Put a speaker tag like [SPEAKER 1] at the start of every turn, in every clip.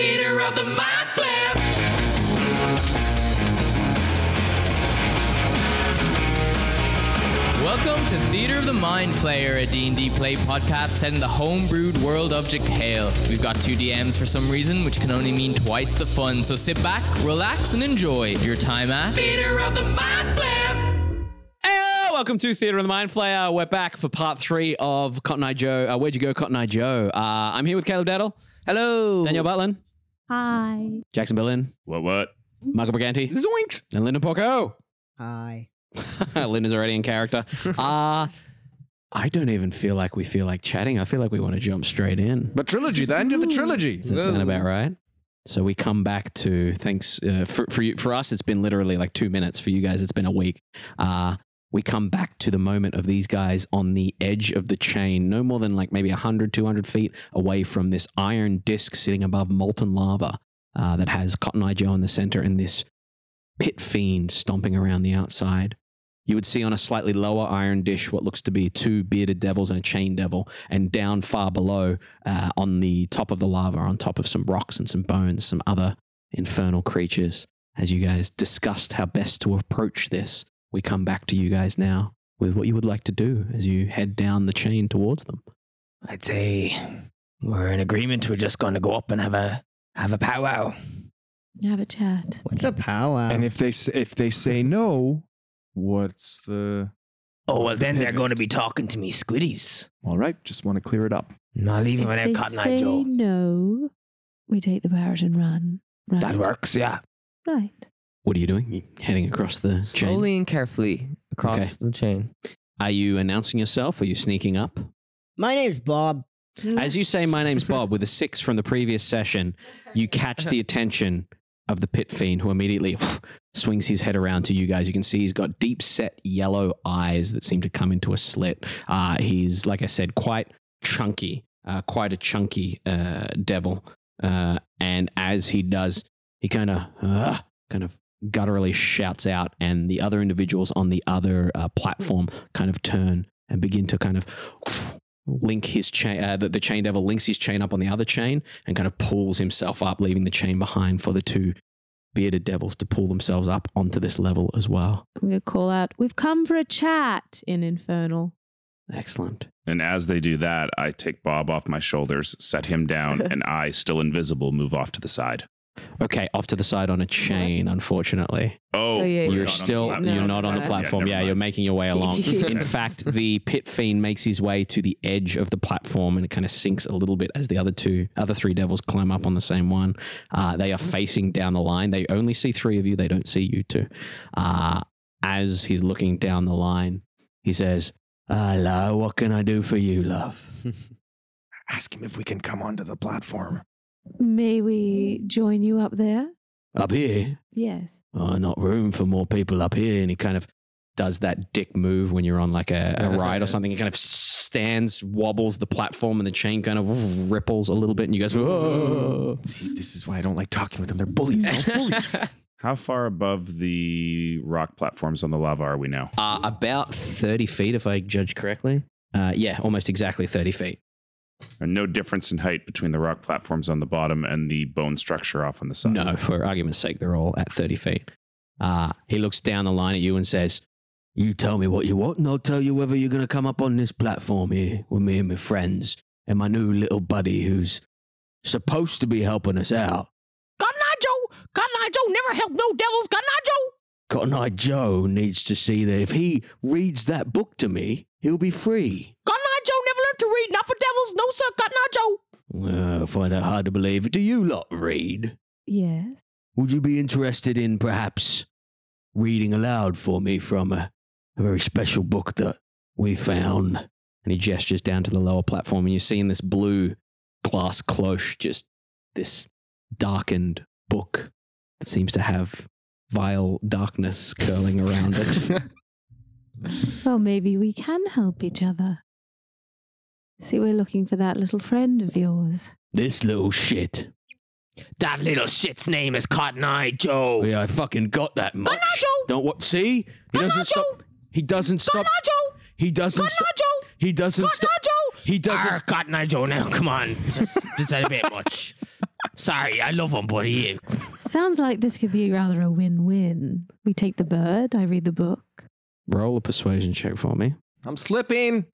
[SPEAKER 1] of the mind flip. Welcome to Theater of the Mind Flayer, a D&D play podcast set in the homebrewed world of Jekyll. We've got two DMs for some reason, which can only mean twice the fun. So sit back, relax, and enjoy your time at Theater of the Mind Flip.
[SPEAKER 2] Hey, welcome to Theatre of the Mind Flayer. We're back for part three of Cotton Eye Joe. Uh, where'd you go, Cotton Eye Joe? Uh, I'm here with Caleb Daddle. Hello. Daniel Butlin.
[SPEAKER 3] Hi.
[SPEAKER 2] Jackson Berlin.
[SPEAKER 4] What what?
[SPEAKER 2] Michael Briganti.
[SPEAKER 4] Zoinks!
[SPEAKER 2] And Linda Porco.
[SPEAKER 5] Hi.
[SPEAKER 2] Linda's already in character. Uh, I don't even feel like we feel like chatting. I feel like we want to jump straight in.
[SPEAKER 4] But trilogy, the end of the trilogy.
[SPEAKER 2] Does that sound about right? So we come back to thanks uh, for for you, for us. It's been literally like two minutes. For you guys, it's been a week. Uh, we come back to the moment of these guys on the edge of the chain, no more than like maybe 100, 200 feet away from this iron disc sitting above molten lava uh, that has Cotton Eye Joe in the center and this pit fiend stomping around the outside. You would see on a slightly lower iron dish what looks to be two bearded devils and a chain devil, and down far below, uh, on the top of the lava, on top of some rocks and some bones, some other infernal creatures. As you guys discussed how best to approach this, we come back to you guys now with what you would like to do as you head down the chain towards them.
[SPEAKER 6] I'd say we're in agreement. We're just going to go up and have a have a powwow.
[SPEAKER 3] Have a chat.
[SPEAKER 5] What's a powwow?
[SPEAKER 4] And if they s- if they say no, what's the?
[SPEAKER 6] Oh well,
[SPEAKER 4] What's the
[SPEAKER 6] then they're
[SPEAKER 4] pivot?
[SPEAKER 6] going to be talking to me squiddies.
[SPEAKER 4] All right, just want to clear it up.
[SPEAKER 6] I'm not leaving
[SPEAKER 3] if
[SPEAKER 6] without
[SPEAKER 3] they
[SPEAKER 6] Cotton
[SPEAKER 3] say
[SPEAKER 6] Eye Joe.
[SPEAKER 3] no, we take the parrot and run. Right.
[SPEAKER 6] That works, yeah.
[SPEAKER 3] Right.
[SPEAKER 2] What are you doing? You heading across the chain?
[SPEAKER 7] slowly and carefully across
[SPEAKER 2] Okay.
[SPEAKER 7] the chain.
[SPEAKER 2] Are you announcing yourself? Are you sneaking up?
[SPEAKER 5] My name's Bob.
[SPEAKER 2] As you say, my name's Bob, with a six from the previous session, you catch the attention of the pit fiend who immediately swings his head around to you guys. You can see he's got deep set yellow eyes that seem to come into a slit. Uh, he's, like I said, quite chunky, uh, quite a chunky uh, devil. Uh, and as he does, he kind of, uh, kind of gutturally shouts out, and the other individuals on the other uh, platform kind of turn and begin to kind of link his chain. Uh, the, the chain devil links his chain up on the other chain and kind of pulls himself up, leaving the chain behind for the two bearded devils to pull themselves up onto this level as well.
[SPEAKER 3] I'm going to call out, we've come for a chat in Infernal.
[SPEAKER 2] Excellent.
[SPEAKER 4] And as they do that, I take Bob off my shoulders, set him down, and I, still invisible, move off to the side.
[SPEAKER 2] Okay, off to the side on a chain. Unfortunately,
[SPEAKER 4] Oh,
[SPEAKER 3] Oh, yeah,
[SPEAKER 2] you're
[SPEAKER 3] yeah.
[SPEAKER 4] we're not on the
[SPEAKER 2] still
[SPEAKER 4] platform.
[SPEAKER 3] No,
[SPEAKER 2] you're not on the
[SPEAKER 3] okay.
[SPEAKER 2] platform.
[SPEAKER 4] Yeah,
[SPEAKER 2] Yeah,
[SPEAKER 4] never
[SPEAKER 2] you're
[SPEAKER 4] mind.
[SPEAKER 2] making your way along. In
[SPEAKER 4] Okay.
[SPEAKER 2] fact, the pit fiend makes his way to the edge of the platform and it kind of sinks a little bit as the other two, other three devils climb up on the same one. Uh, they are facing down the line. They only see three of you. They don't see you two. Uh, as he's looking down the line, he says, "Hello, what can I do for you, love?"
[SPEAKER 8] ask him if we can come onto the platform.
[SPEAKER 3] May we join you up there?
[SPEAKER 2] Up here,
[SPEAKER 3] Yes.
[SPEAKER 2] oh, not room for more people up here. And he kind of does that dick move when you're on like a, a ride or something. He kind of stands, wobbles the platform, and the chain kind of ripples a little bit. And you guys, whoa.
[SPEAKER 8] See, this is why I don't like talking with them. They're bullies. They're bullies.
[SPEAKER 4] How far above the rock platforms on the lava are we now?
[SPEAKER 2] Uh, about 30 feet, if I judge correctly. Uh, yeah, almost exactly 30 feet.
[SPEAKER 4] And no difference in height between the rock platforms on the bottom and the bone structure off on the side.
[SPEAKER 2] No, for argument's sake, they're all at 30 feet. Uh, he looks down the line at you and says, You tell me what you want, and I'll tell you whether you're going to come up on this platform here with me and my friends and my new little buddy who's supposed to be helping us out. Cotton Eye Joe! Cotton Eye Joe never helped no devils! Cotton Eye Joe! Cotton Eye Joe needs to see that if he reads that book to me, he'll be free. Cotton Eye Joe never learned to read, not for devils, no sir, Cotton Eye Joe! Well, I find that hard to believe. Do you lot read?
[SPEAKER 3] Yes.
[SPEAKER 2] Would you be interested in perhaps reading aloud for me from a, a very special book that we found? And he gestures down to the lower platform, and you see in this blue glass cloche just this darkened book that seems to have vile darkness curling around it.
[SPEAKER 3] Well, maybe we can help each other. See, we're looking for that little friend of yours.
[SPEAKER 2] this little shit.
[SPEAKER 6] That little shit's name is Cotton Eye Joe.
[SPEAKER 2] Yeah, I fucking got that much. Don't what? See, he doesn't stop. He doesn't stop. He doesn't stop. He doesn't stop. He doesn't.
[SPEAKER 6] Arr, Cotton Eye Joe, now come on. This is, this is a bit much. Sorry, I love him, but he
[SPEAKER 3] Sounds like this could be rather a win-win. We take the bird. I read the book.
[SPEAKER 2] Roll a persuasion check for me.
[SPEAKER 8] I'm slipping.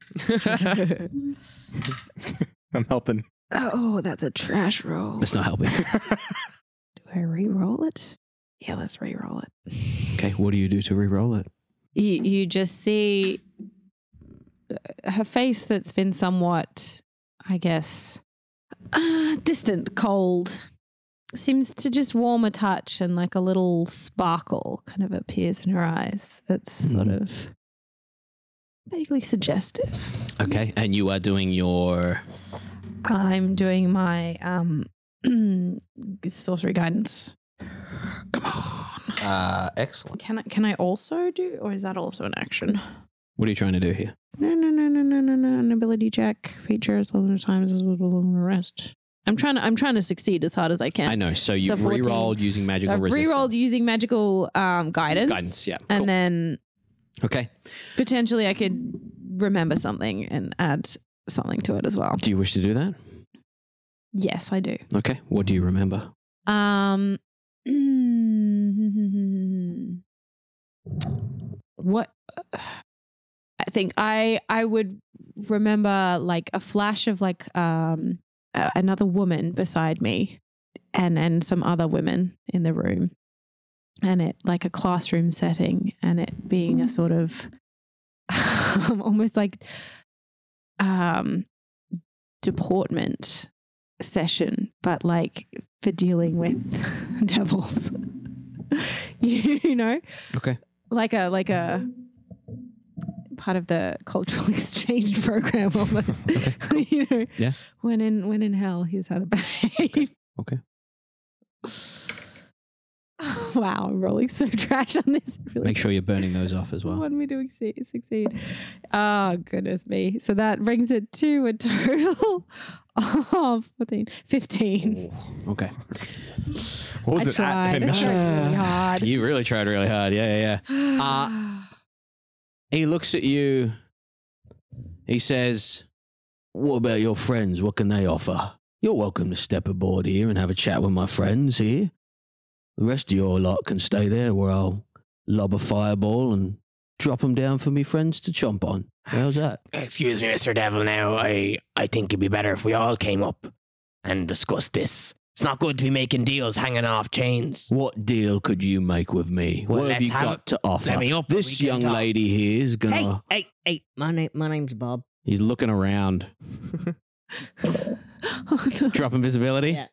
[SPEAKER 8] I'm helping.
[SPEAKER 3] Oh, that's a trash roll.
[SPEAKER 2] That's not helping.
[SPEAKER 3] Do I re-roll it? Yeah, let's re-roll it.
[SPEAKER 2] okay, what do you do to re-roll it?
[SPEAKER 3] you, you just see uh, her face that's been somewhat, I guess, uh, distant, cold, seems to just warm a touch and like a little sparkle kind of appears in her eyes that's sort
[SPEAKER 2] Mhm.
[SPEAKER 3] of vaguely suggestive.
[SPEAKER 2] Okay, and you are doing your
[SPEAKER 3] I'm doing my um, sorcery guidance. Come on.
[SPEAKER 2] uh excellent.
[SPEAKER 3] Can I, can I also do, or is that also an action?
[SPEAKER 2] What are you trying to do here?
[SPEAKER 3] No, no, no, no, no, no, no. An ability check features eleven times as little and the rest. I'm trying to. I'm trying to succeed as hard as I can.
[SPEAKER 2] I know. So you've
[SPEAKER 3] 14.
[SPEAKER 2] re-rolled using
[SPEAKER 3] So
[SPEAKER 2] magical
[SPEAKER 3] I've
[SPEAKER 2] resistance.
[SPEAKER 3] rerolled using magical um, guidance,
[SPEAKER 2] guidance. Yeah.
[SPEAKER 3] and
[SPEAKER 2] cool.
[SPEAKER 3] then
[SPEAKER 2] okay.
[SPEAKER 3] potentially I could remember something and add something to it as well.
[SPEAKER 2] Do you wish to do that?
[SPEAKER 3] Yes, I do.
[SPEAKER 2] Okay. What do you remember?
[SPEAKER 3] Um, what I think I I would remember like a flash of like um a- another woman beside me, and and some other women in the room, and it like a classroom setting, and it being a sort of almost like um deportment session, but like for dealing with devils. you know?
[SPEAKER 2] Okay.
[SPEAKER 3] Like a like a part of the cultural exchange program almost. you know.
[SPEAKER 2] Yeah.
[SPEAKER 3] When in when in hell he's had a behave.
[SPEAKER 2] Okay.
[SPEAKER 3] wow, I'm rolling so trash on this. It Really
[SPEAKER 2] Make sure you're burning those off as well.
[SPEAKER 3] Want me to exceed, succeed? Oh, goodness me. So that brings it to a total of 14, 15.
[SPEAKER 8] Oh.
[SPEAKER 2] Okay.
[SPEAKER 8] What
[SPEAKER 3] I
[SPEAKER 8] was it?
[SPEAKER 3] tried. I tried really hard.
[SPEAKER 2] You really tried really hard. Yeah, yeah, yeah. Uh, He looks at you. He says, What about your friends? What can they offer? You're welcome to step aboard here and have a chat with my friends here. The rest of your lot can stay there where I'll lob a fireball and drop them down for me friends to chomp on. How's that?
[SPEAKER 6] Excuse me, Mr. Devil. Now, I, I think it'd be better if we all came up and discussed this. It's not good to be making deals hanging off chains.
[SPEAKER 2] What deal could you make with me?
[SPEAKER 6] Well,
[SPEAKER 2] what have
[SPEAKER 6] let's
[SPEAKER 2] you
[SPEAKER 6] have
[SPEAKER 2] got to offer?
[SPEAKER 6] Let me up.
[SPEAKER 2] This
[SPEAKER 6] we can
[SPEAKER 2] young
[SPEAKER 6] talk.
[SPEAKER 2] lady here is gonna.
[SPEAKER 5] Hey, hey, hey! My name, my name's Bob.
[SPEAKER 2] He's looking around.
[SPEAKER 3] oh, no.
[SPEAKER 2] Drop invisibility.
[SPEAKER 5] Yeah.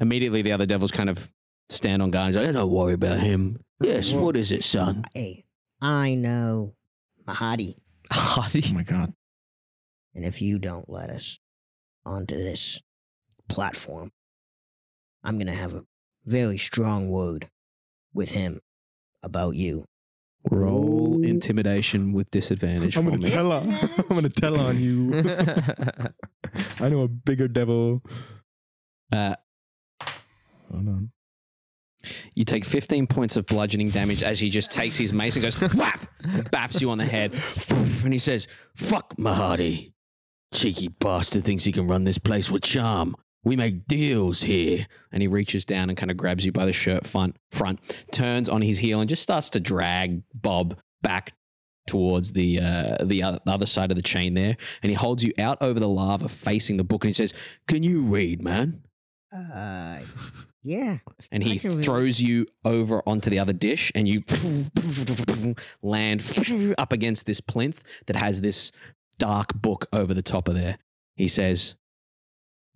[SPEAKER 2] Immediately, the other devils kind of stand on guard. He's like, "Yeah, don't worry about him. Yes,
[SPEAKER 5] Well-
[SPEAKER 2] what is it, son?
[SPEAKER 5] Hey, I know Mahadi,
[SPEAKER 8] Oh
[SPEAKER 7] Hottie.
[SPEAKER 8] my god.
[SPEAKER 5] and if you don't let us onto this platform, I'm gonna have a very strong word with him about you.
[SPEAKER 2] Roll intimidation with disadvantage
[SPEAKER 8] I'm gonna tell on. I'm gonna tell on you. I know a bigger devil.
[SPEAKER 2] Uh,
[SPEAKER 8] Hold on.
[SPEAKER 2] you take 15 points of bludgeoning damage as he just takes his mace and goes whap, and baps you on the head, and he says, "Fuck Mahadi, cheeky bastard thinks he can run this place with charm. We make deals here." And he reaches down and kind of grabs you by the shirt front, front turns on his heel, and just starts to drag Bob back towards the uh, the o- other side of the chain there. And he holds you out over the lava, facing the book, and he says, "Can you read, man?"
[SPEAKER 5] Uh, yeah.
[SPEAKER 2] and
[SPEAKER 5] I
[SPEAKER 2] he
[SPEAKER 5] can read.
[SPEAKER 2] throws you over onto the other dish and you land up against this plinth that has this dark book over the top of there. He says,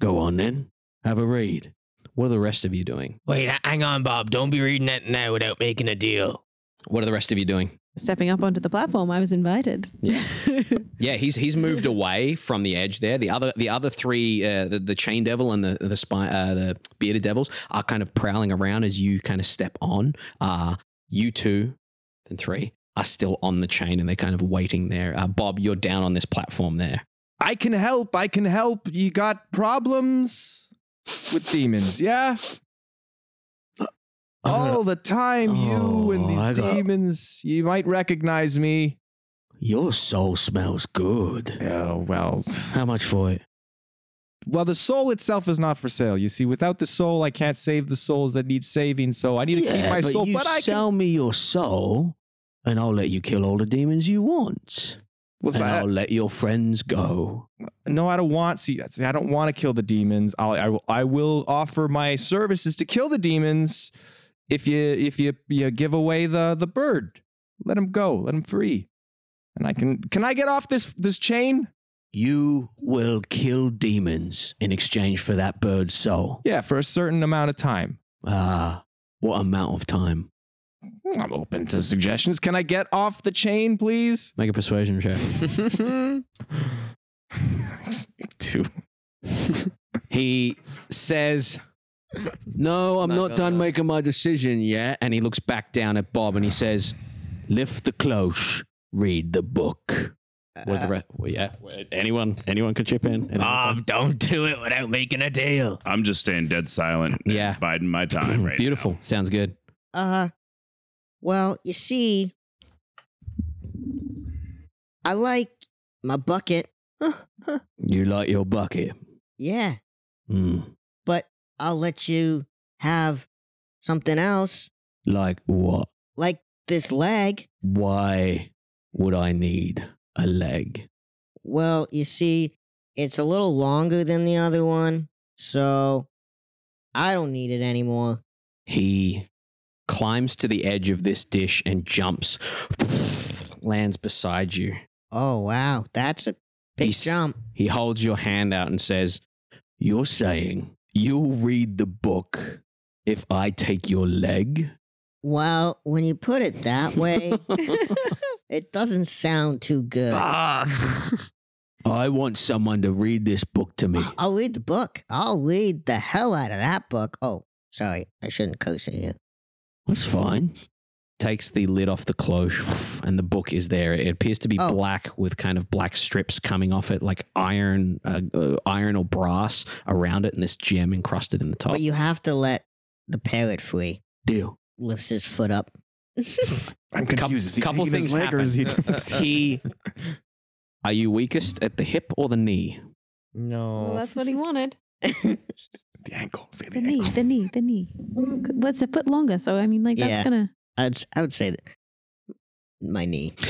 [SPEAKER 2] Go on then, have a read. What are the rest of you doing?
[SPEAKER 6] Wait, h- hang on, Bob. Don't be reading it now without making a deal.
[SPEAKER 2] What are the rest of you doing?
[SPEAKER 3] Stepping up onto the platform, I was invited.
[SPEAKER 2] Yeah. Yeah, he's he's moved away from the edge there. The other the other three, uh, the, the chain devil and the the spy, uh, the bearded devils are kind of prowling around as you kind of step on. Uh, you two, then three are still on the chain and they're kind of waiting there. Uh, Bob, you're down on this platform there.
[SPEAKER 8] I can help. I can help. You got problems with demons, yeah? All the time, you and
[SPEAKER 2] Uh, Oh, I
[SPEAKER 8] these
[SPEAKER 2] got-
[SPEAKER 8] demons. You might recognize me.
[SPEAKER 2] your soul smells good.
[SPEAKER 8] Oh well.
[SPEAKER 2] How much for it?
[SPEAKER 8] well, the soul itself is not for sale. You see, without the soul, I can't save the souls that need saving. So I need to keep my
[SPEAKER 9] but
[SPEAKER 8] soul.
[SPEAKER 9] you
[SPEAKER 8] But I can.
[SPEAKER 9] sell me your soul, and I'll let you kill all the demons you want,
[SPEAKER 8] What's
[SPEAKER 9] and
[SPEAKER 8] that?
[SPEAKER 9] I'll let your friends go.
[SPEAKER 8] no, I don't want. See, see, I don't want to kill the demons. I'll, I will. I will offer my services to kill the demons. If you if you you give away the the bird, let him go. Let him free. And I can can I get off this this chain?
[SPEAKER 9] You will kill demons in exchange for that bird's soul.
[SPEAKER 8] Yeah, for a certain amount of time.
[SPEAKER 9] Ah, what amount of time?
[SPEAKER 8] I'm open to suggestions. Can I get off the chain, please?
[SPEAKER 2] Make a persuasion check.
[SPEAKER 8] Two.
[SPEAKER 2] He says, "No, I'm
[SPEAKER 7] No,
[SPEAKER 2] not
[SPEAKER 7] no,
[SPEAKER 2] done
[SPEAKER 7] no.
[SPEAKER 2] making my decision yet."
[SPEAKER 9] And he looks back down at Bob and he says, "Lift the cloche, read the book."
[SPEAKER 2] With the
[SPEAKER 5] Uh,
[SPEAKER 2] re- well, yeah, anyone, anyone could chip in. Anyone
[SPEAKER 4] Ah.
[SPEAKER 6] Bob,
[SPEAKER 2] can-
[SPEAKER 6] Um, don't do it without making a deal.
[SPEAKER 4] I'm just staying dead silent. and
[SPEAKER 2] Yeah.
[SPEAKER 4] biding my time. Right. now.
[SPEAKER 2] Beautiful. Sounds good.
[SPEAKER 5] Uh, well, you see, I like my bucket.
[SPEAKER 9] You like your bucket?
[SPEAKER 5] yeah,
[SPEAKER 9] Hmm.
[SPEAKER 5] but I'll let you have something else,
[SPEAKER 9] Like what?
[SPEAKER 5] like this leg.
[SPEAKER 9] Why would I need a leg?
[SPEAKER 5] Well, you see, it's a little longer than the other one, so I don't need it anymore.
[SPEAKER 2] He climbs to the edge of this dish and jumps, lands beside you.
[SPEAKER 5] Oh wow, that's a big
[SPEAKER 2] He's-
[SPEAKER 5] jump.
[SPEAKER 2] He holds your hand out and says,
[SPEAKER 9] You're saying you'll read the book if I take your leg?
[SPEAKER 5] Well, when you put it that way, it doesn't sound too good.
[SPEAKER 7] Bob.
[SPEAKER 8] Ah.
[SPEAKER 9] I want someone to read this book to me.
[SPEAKER 5] I'll read the book. I'll read the hell out of that book. Oh, sorry, I shouldn't curse at you.
[SPEAKER 9] That's fine.
[SPEAKER 2] takes the lid off the cloche, and the book is there. It appears to be
[SPEAKER 5] Oh.
[SPEAKER 2] black with kind of black strips coming off it, like iron, uh, uh, iron or brass around it, and this gem encrusted in the top.
[SPEAKER 5] But you have to let the parrot free.
[SPEAKER 9] Deal.
[SPEAKER 5] Lifts his foot up.
[SPEAKER 8] I'm
[SPEAKER 2] Couple-
[SPEAKER 8] confused. Is he
[SPEAKER 2] couple
[SPEAKER 8] taking his
[SPEAKER 2] things
[SPEAKER 8] leg or is he?
[SPEAKER 2] he, are you weakest at the hip or the knee?
[SPEAKER 7] no.
[SPEAKER 3] Well, that's what he wanted.
[SPEAKER 8] the ankle. Say
[SPEAKER 3] The
[SPEAKER 8] the
[SPEAKER 3] knee,
[SPEAKER 8] ankle.
[SPEAKER 3] the knee, the knee. What's a foot longer? So I mean, like that's
[SPEAKER 5] Yeah.
[SPEAKER 3] gonna.
[SPEAKER 5] I'd, I would say that my knee.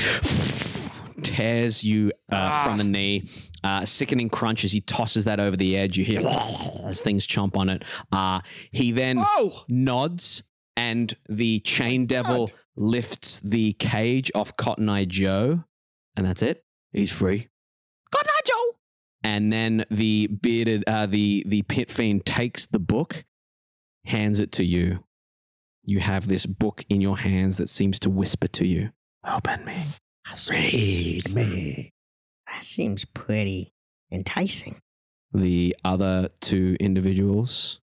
[SPEAKER 2] Tears you uh, from the knee. Uh, sickening crunch as he tosses that over the edge. You hear as things chomp on it. Uh, he then
[SPEAKER 8] Oh,
[SPEAKER 2] nods, and the chain devil lifts the cage off Cotton Eye Joe, and that's it.
[SPEAKER 9] He's free.
[SPEAKER 2] Cotton Eye Joe. And then the bearded, uh, the the pit fiend takes the book, hands it to you. You have this book in your hands that seems to whisper to you, "Open me, read me."
[SPEAKER 5] That seems pretty enticing.
[SPEAKER 2] The other two individuals,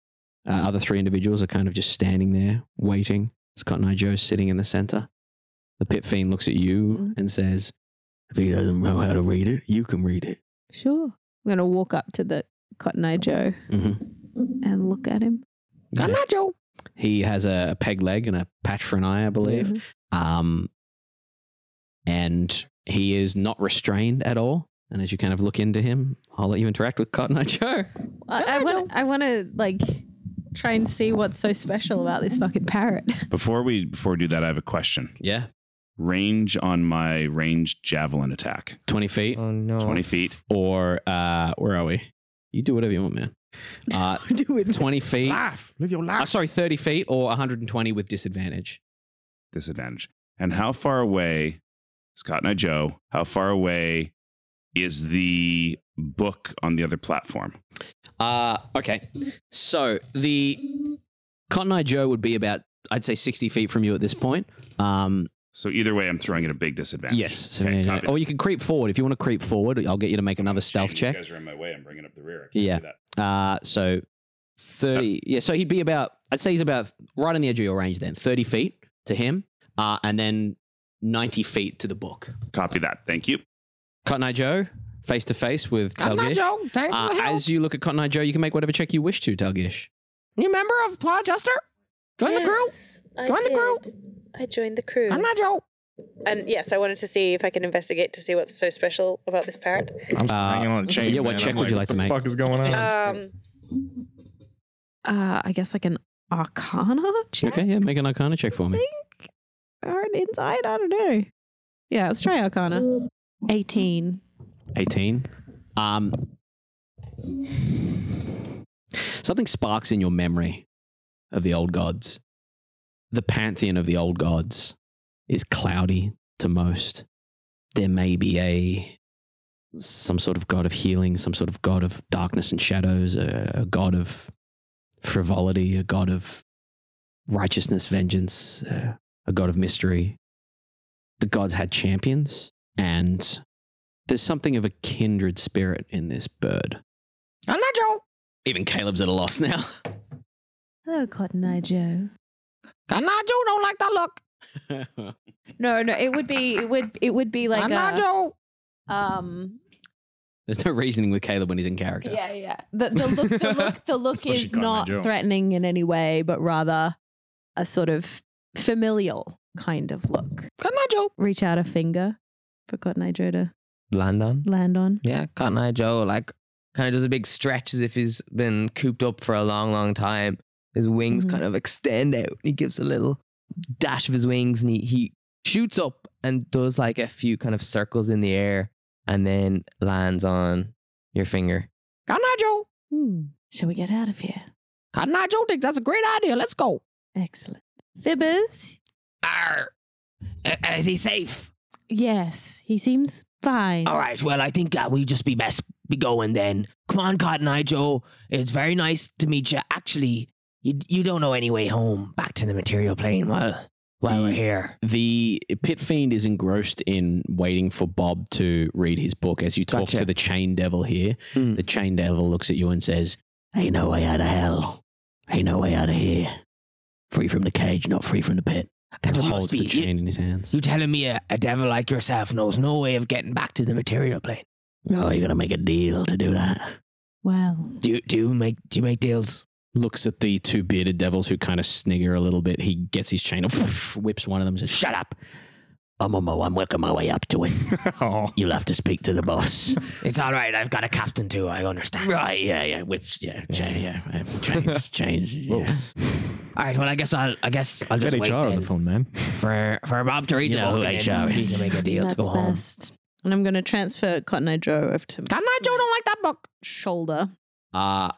[SPEAKER 2] uh, other three individuals, are kind of just standing there waiting. Scott and I Joe sitting in the center. The pit fiend looks at
[SPEAKER 7] Mm-hmm.
[SPEAKER 2] you and says,
[SPEAKER 9] If he doesn't know how to read it, you can read it.
[SPEAKER 3] Sure. I'm gonna walk up to the Cotton Eye Joe
[SPEAKER 2] Mhm.
[SPEAKER 3] and look at him.
[SPEAKER 2] Yeah. He has a, a peg leg and a patch for an eye, I believe.
[SPEAKER 3] Mhm.
[SPEAKER 7] Mm-hmm.
[SPEAKER 2] Um, and he is not restrained at all. And as you kind of look into him, I'll let you interact with Cotton Eye Joe.
[SPEAKER 3] I, I want. I want to like try and see what's so special about this fucking parrot.
[SPEAKER 4] Before we before we do that, I have a question.
[SPEAKER 2] Yeah,
[SPEAKER 4] Range on my ranged javelin attack.
[SPEAKER 2] twenty feet
[SPEAKER 7] Oh no.
[SPEAKER 4] Twenty feet.
[SPEAKER 2] or uh, where are we? You do whatever you want, man. Uh,
[SPEAKER 3] Do it.
[SPEAKER 2] twenty feet.
[SPEAKER 8] laugh. Live your
[SPEAKER 2] Uh,
[SPEAKER 8] life.
[SPEAKER 2] sorry, thirty feet or one hundred and twenty with disadvantage.
[SPEAKER 4] disadvantage. And how far away, Scott and I, Joe, how far away is the book on the other platform?
[SPEAKER 2] Uh, okay. So the Cotton Eye Joe would be about, I'd say, sixty feet from you at this point. Um,
[SPEAKER 4] So either way, I'm throwing at a big disadvantage.
[SPEAKER 2] Yes. So yeah,
[SPEAKER 4] Okay,
[SPEAKER 2] yeah.
[SPEAKER 4] copy.
[SPEAKER 2] or you can creep forward. If you want to creep forward, I'll get you to make another
[SPEAKER 4] Shame
[SPEAKER 2] stealth
[SPEAKER 4] these
[SPEAKER 2] check.
[SPEAKER 4] guys are in my way. I'm bringing up the rear. I
[SPEAKER 2] Yeah.
[SPEAKER 4] do that.
[SPEAKER 2] Uh, so 30. Yeah. So he'd be about, I'd say he's about right on the edge of your range then, 30 feet to him, uh, and then 90 feet to the book.
[SPEAKER 4] Copy that. Thank you.
[SPEAKER 2] Cotton Eye Joe, face to face with Talgish. Uh, as you look at Cotton Eye Joe, you can make whatever check you wish to, Talgish.
[SPEAKER 6] You member of Twa Juster?
[SPEAKER 3] Join the crew. I joined the crew.
[SPEAKER 6] Joe.
[SPEAKER 3] And yes, I wanted to see if I can investigate to see what's so special about this parrot.
[SPEAKER 8] I'm just
[SPEAKER 2] Uh,
[SPEAKER 8] hanging on a chain.
[SPEAKER 2] yeah, what
[SPEAKER 8] man.
[SPEAKER 2] check
[SPEAKER 8] I'm
[SPEAKER 2] would you like to make?
[SPEAKER 8] What the fuck is going on?
[SPEAKER 3] Um, uh, I guess like an arcana check
[SPEAKER 2] Okay, yeah, make an arcana check for me.
[SPEAKER 3] or an insight. I don't know. Yeah, let's try arcana. 18.
[SPEAKER 2] 18. Um, something sparks in your memory of the old gods. The pantheon of the old gods is cloudy to most. There may be a some sort of god of healing, some sort of god of darkness and shadows, a, a god of frivolity, a god of righteousness, vengeance, uh, a god of mystery. The gods had champions, and there's something of a kindred spirit in this bird.
[SPEAKER 6] I'm not Joe.
[SPEAKER 2] Even Caleb's at a loss now.
[SPEAKER 3] Oh, Cotton Eye Joe.
[SPEAKER 6] I'm not Joe. Don't like that look.
[SPEAKER 3] No, no, it would be, it would, it would be like,
[SPEAKER 6] I'm not
[SPEAKER 3] a,
[SPEAKER 6] Joe.
[SPEAKER 3] um,
[SPEAKER 2] There's no reasoning with Caleb when he's in character.
[SPEAKER 3] yeah, yeah. The, the look, the look, the look
[SPEAKER 8] Especially
[SPEAKER 3] is
[SPEAKER 8] Cotton Eye
[SPEAKER 3] not
[SPEAKER 8] Joe.
[SPEAKER 3] threatening in any way, but rather a sort of familial kind of look.
[SPEAKER 6] I'm not Joe.
[SPEAKER 3] Reach out a finger for Cotton Eye Joe to
[SPEAKER 7] Land on.
[SPEAKER 3] land on.
[SPEAKER 7] Yeah, Cotton Eye Joe, like, kind of does a big stretch as if he's been cooped up for a long, long time. His wings
[SPEAKER 3] Mhm.
[SPEAKER 7] kind of extend out. And he gives a little dash of his wings and he, he shoots up and does like a few kind of circles in the air and then lands on your finger. Cotton Eye Joe.
[SPEAKER 3] Hmm. Shall we get out of here?
[SPEAKER 7] Cotton Eye Joe thinks that's a great idea. Let's go.
[SPEAKER 3] Excellent. Fibbers?
[SPEAKER 6] Arr. Uh, is he safe?
[SPEAKER 3] Yes, he seems fine.
[SPEAKER 6] All right. Well, I think uh, we just be best be going then. Come on, Cotton Eye Joe. It's very nice to meet you. Actually, you you don't know any way home back to the material plane while while we're
[SPEAKER 2] Ye-
[SPEAKER 6] here.
[SPEAKER 2] The pit fiend is engrossed in waiting for Bob to read his book. As you talk
[SPEAKER 7] Gotcha.
[SPEAKER 2] to the chain devil here,
[SPEAKER 7] Mm.
[SPEAKER 2] the chain devil looks at you and says,
[SPEAKER 9] Ain't no way out of hell. Ain't no way out of here. Free from the cage, not free from the pit.
[SPEAKER 2] and
[SPEAKER 6] That must
[SPEAKER 2] holds the
[SPEAKER 6] be-
[SPEAKER 2] chain in his hands.
[SPEAKER 6] You telling me a, a devil like yourself knows no way of getting back to the material plane?
[SPEAKER 9] No, you gotta make a deal to do that.
[SPEAKER 3] Wow.
[SPEAKER 6] Do you, do you make do you make deals?
[SPEAKER 2] Looks at the two bearded devils who kind of snigger a little bit. He gets his chain, whips one of them, and says, "Shut up!"
[SPEAKER 9] I'm on my way, I'm working my way up to it.
[SPEAKER 8] Oh.
[SPEAKER 9] You'll have to speak to the boss.
[SPEAKER 6] It's all right. I've got a captain too. I understand.
[SPEAKER 9] right, yeah, yeah, whips, yeah, chain, yeah, yeah, chains, chains,
[SPEAKER 8] Whoa.
[SPEAKER 9] yeah.
[SPEAKER 6] All right. Well, I guess I'll I guess I'll just
[SPEAKER 8] Get
[SPEAKER 6] wait
[SPEAKER 8] HR on
[SPEAKER 6] then
[SPEAKER 8] the phone, man.
[SPEAKER 6] for for Bob to read
[SPEAKER 9] You
[SPEAKER 6] the
[SPEAKER 9] know
[SPEAKER 6] book
[SPEAKER 9] who
[SPEAKER 6] and
[SPEAKER 9] HR
[SPEAKER 6] then we
[SPEAKER 9] is.
[SPEAKER 6] can make a deal
[SPEAKER 3] That's
[SPEAKER 6] to go home.
[SPEAKER 3] best. And I'm going to transfer Cotton Eye Joe over to
[SPEAKER 6] Cotton Eye Joe don't like that book.
[SPEAKER 3] shoulder.
[SPEAKER 2] Uh,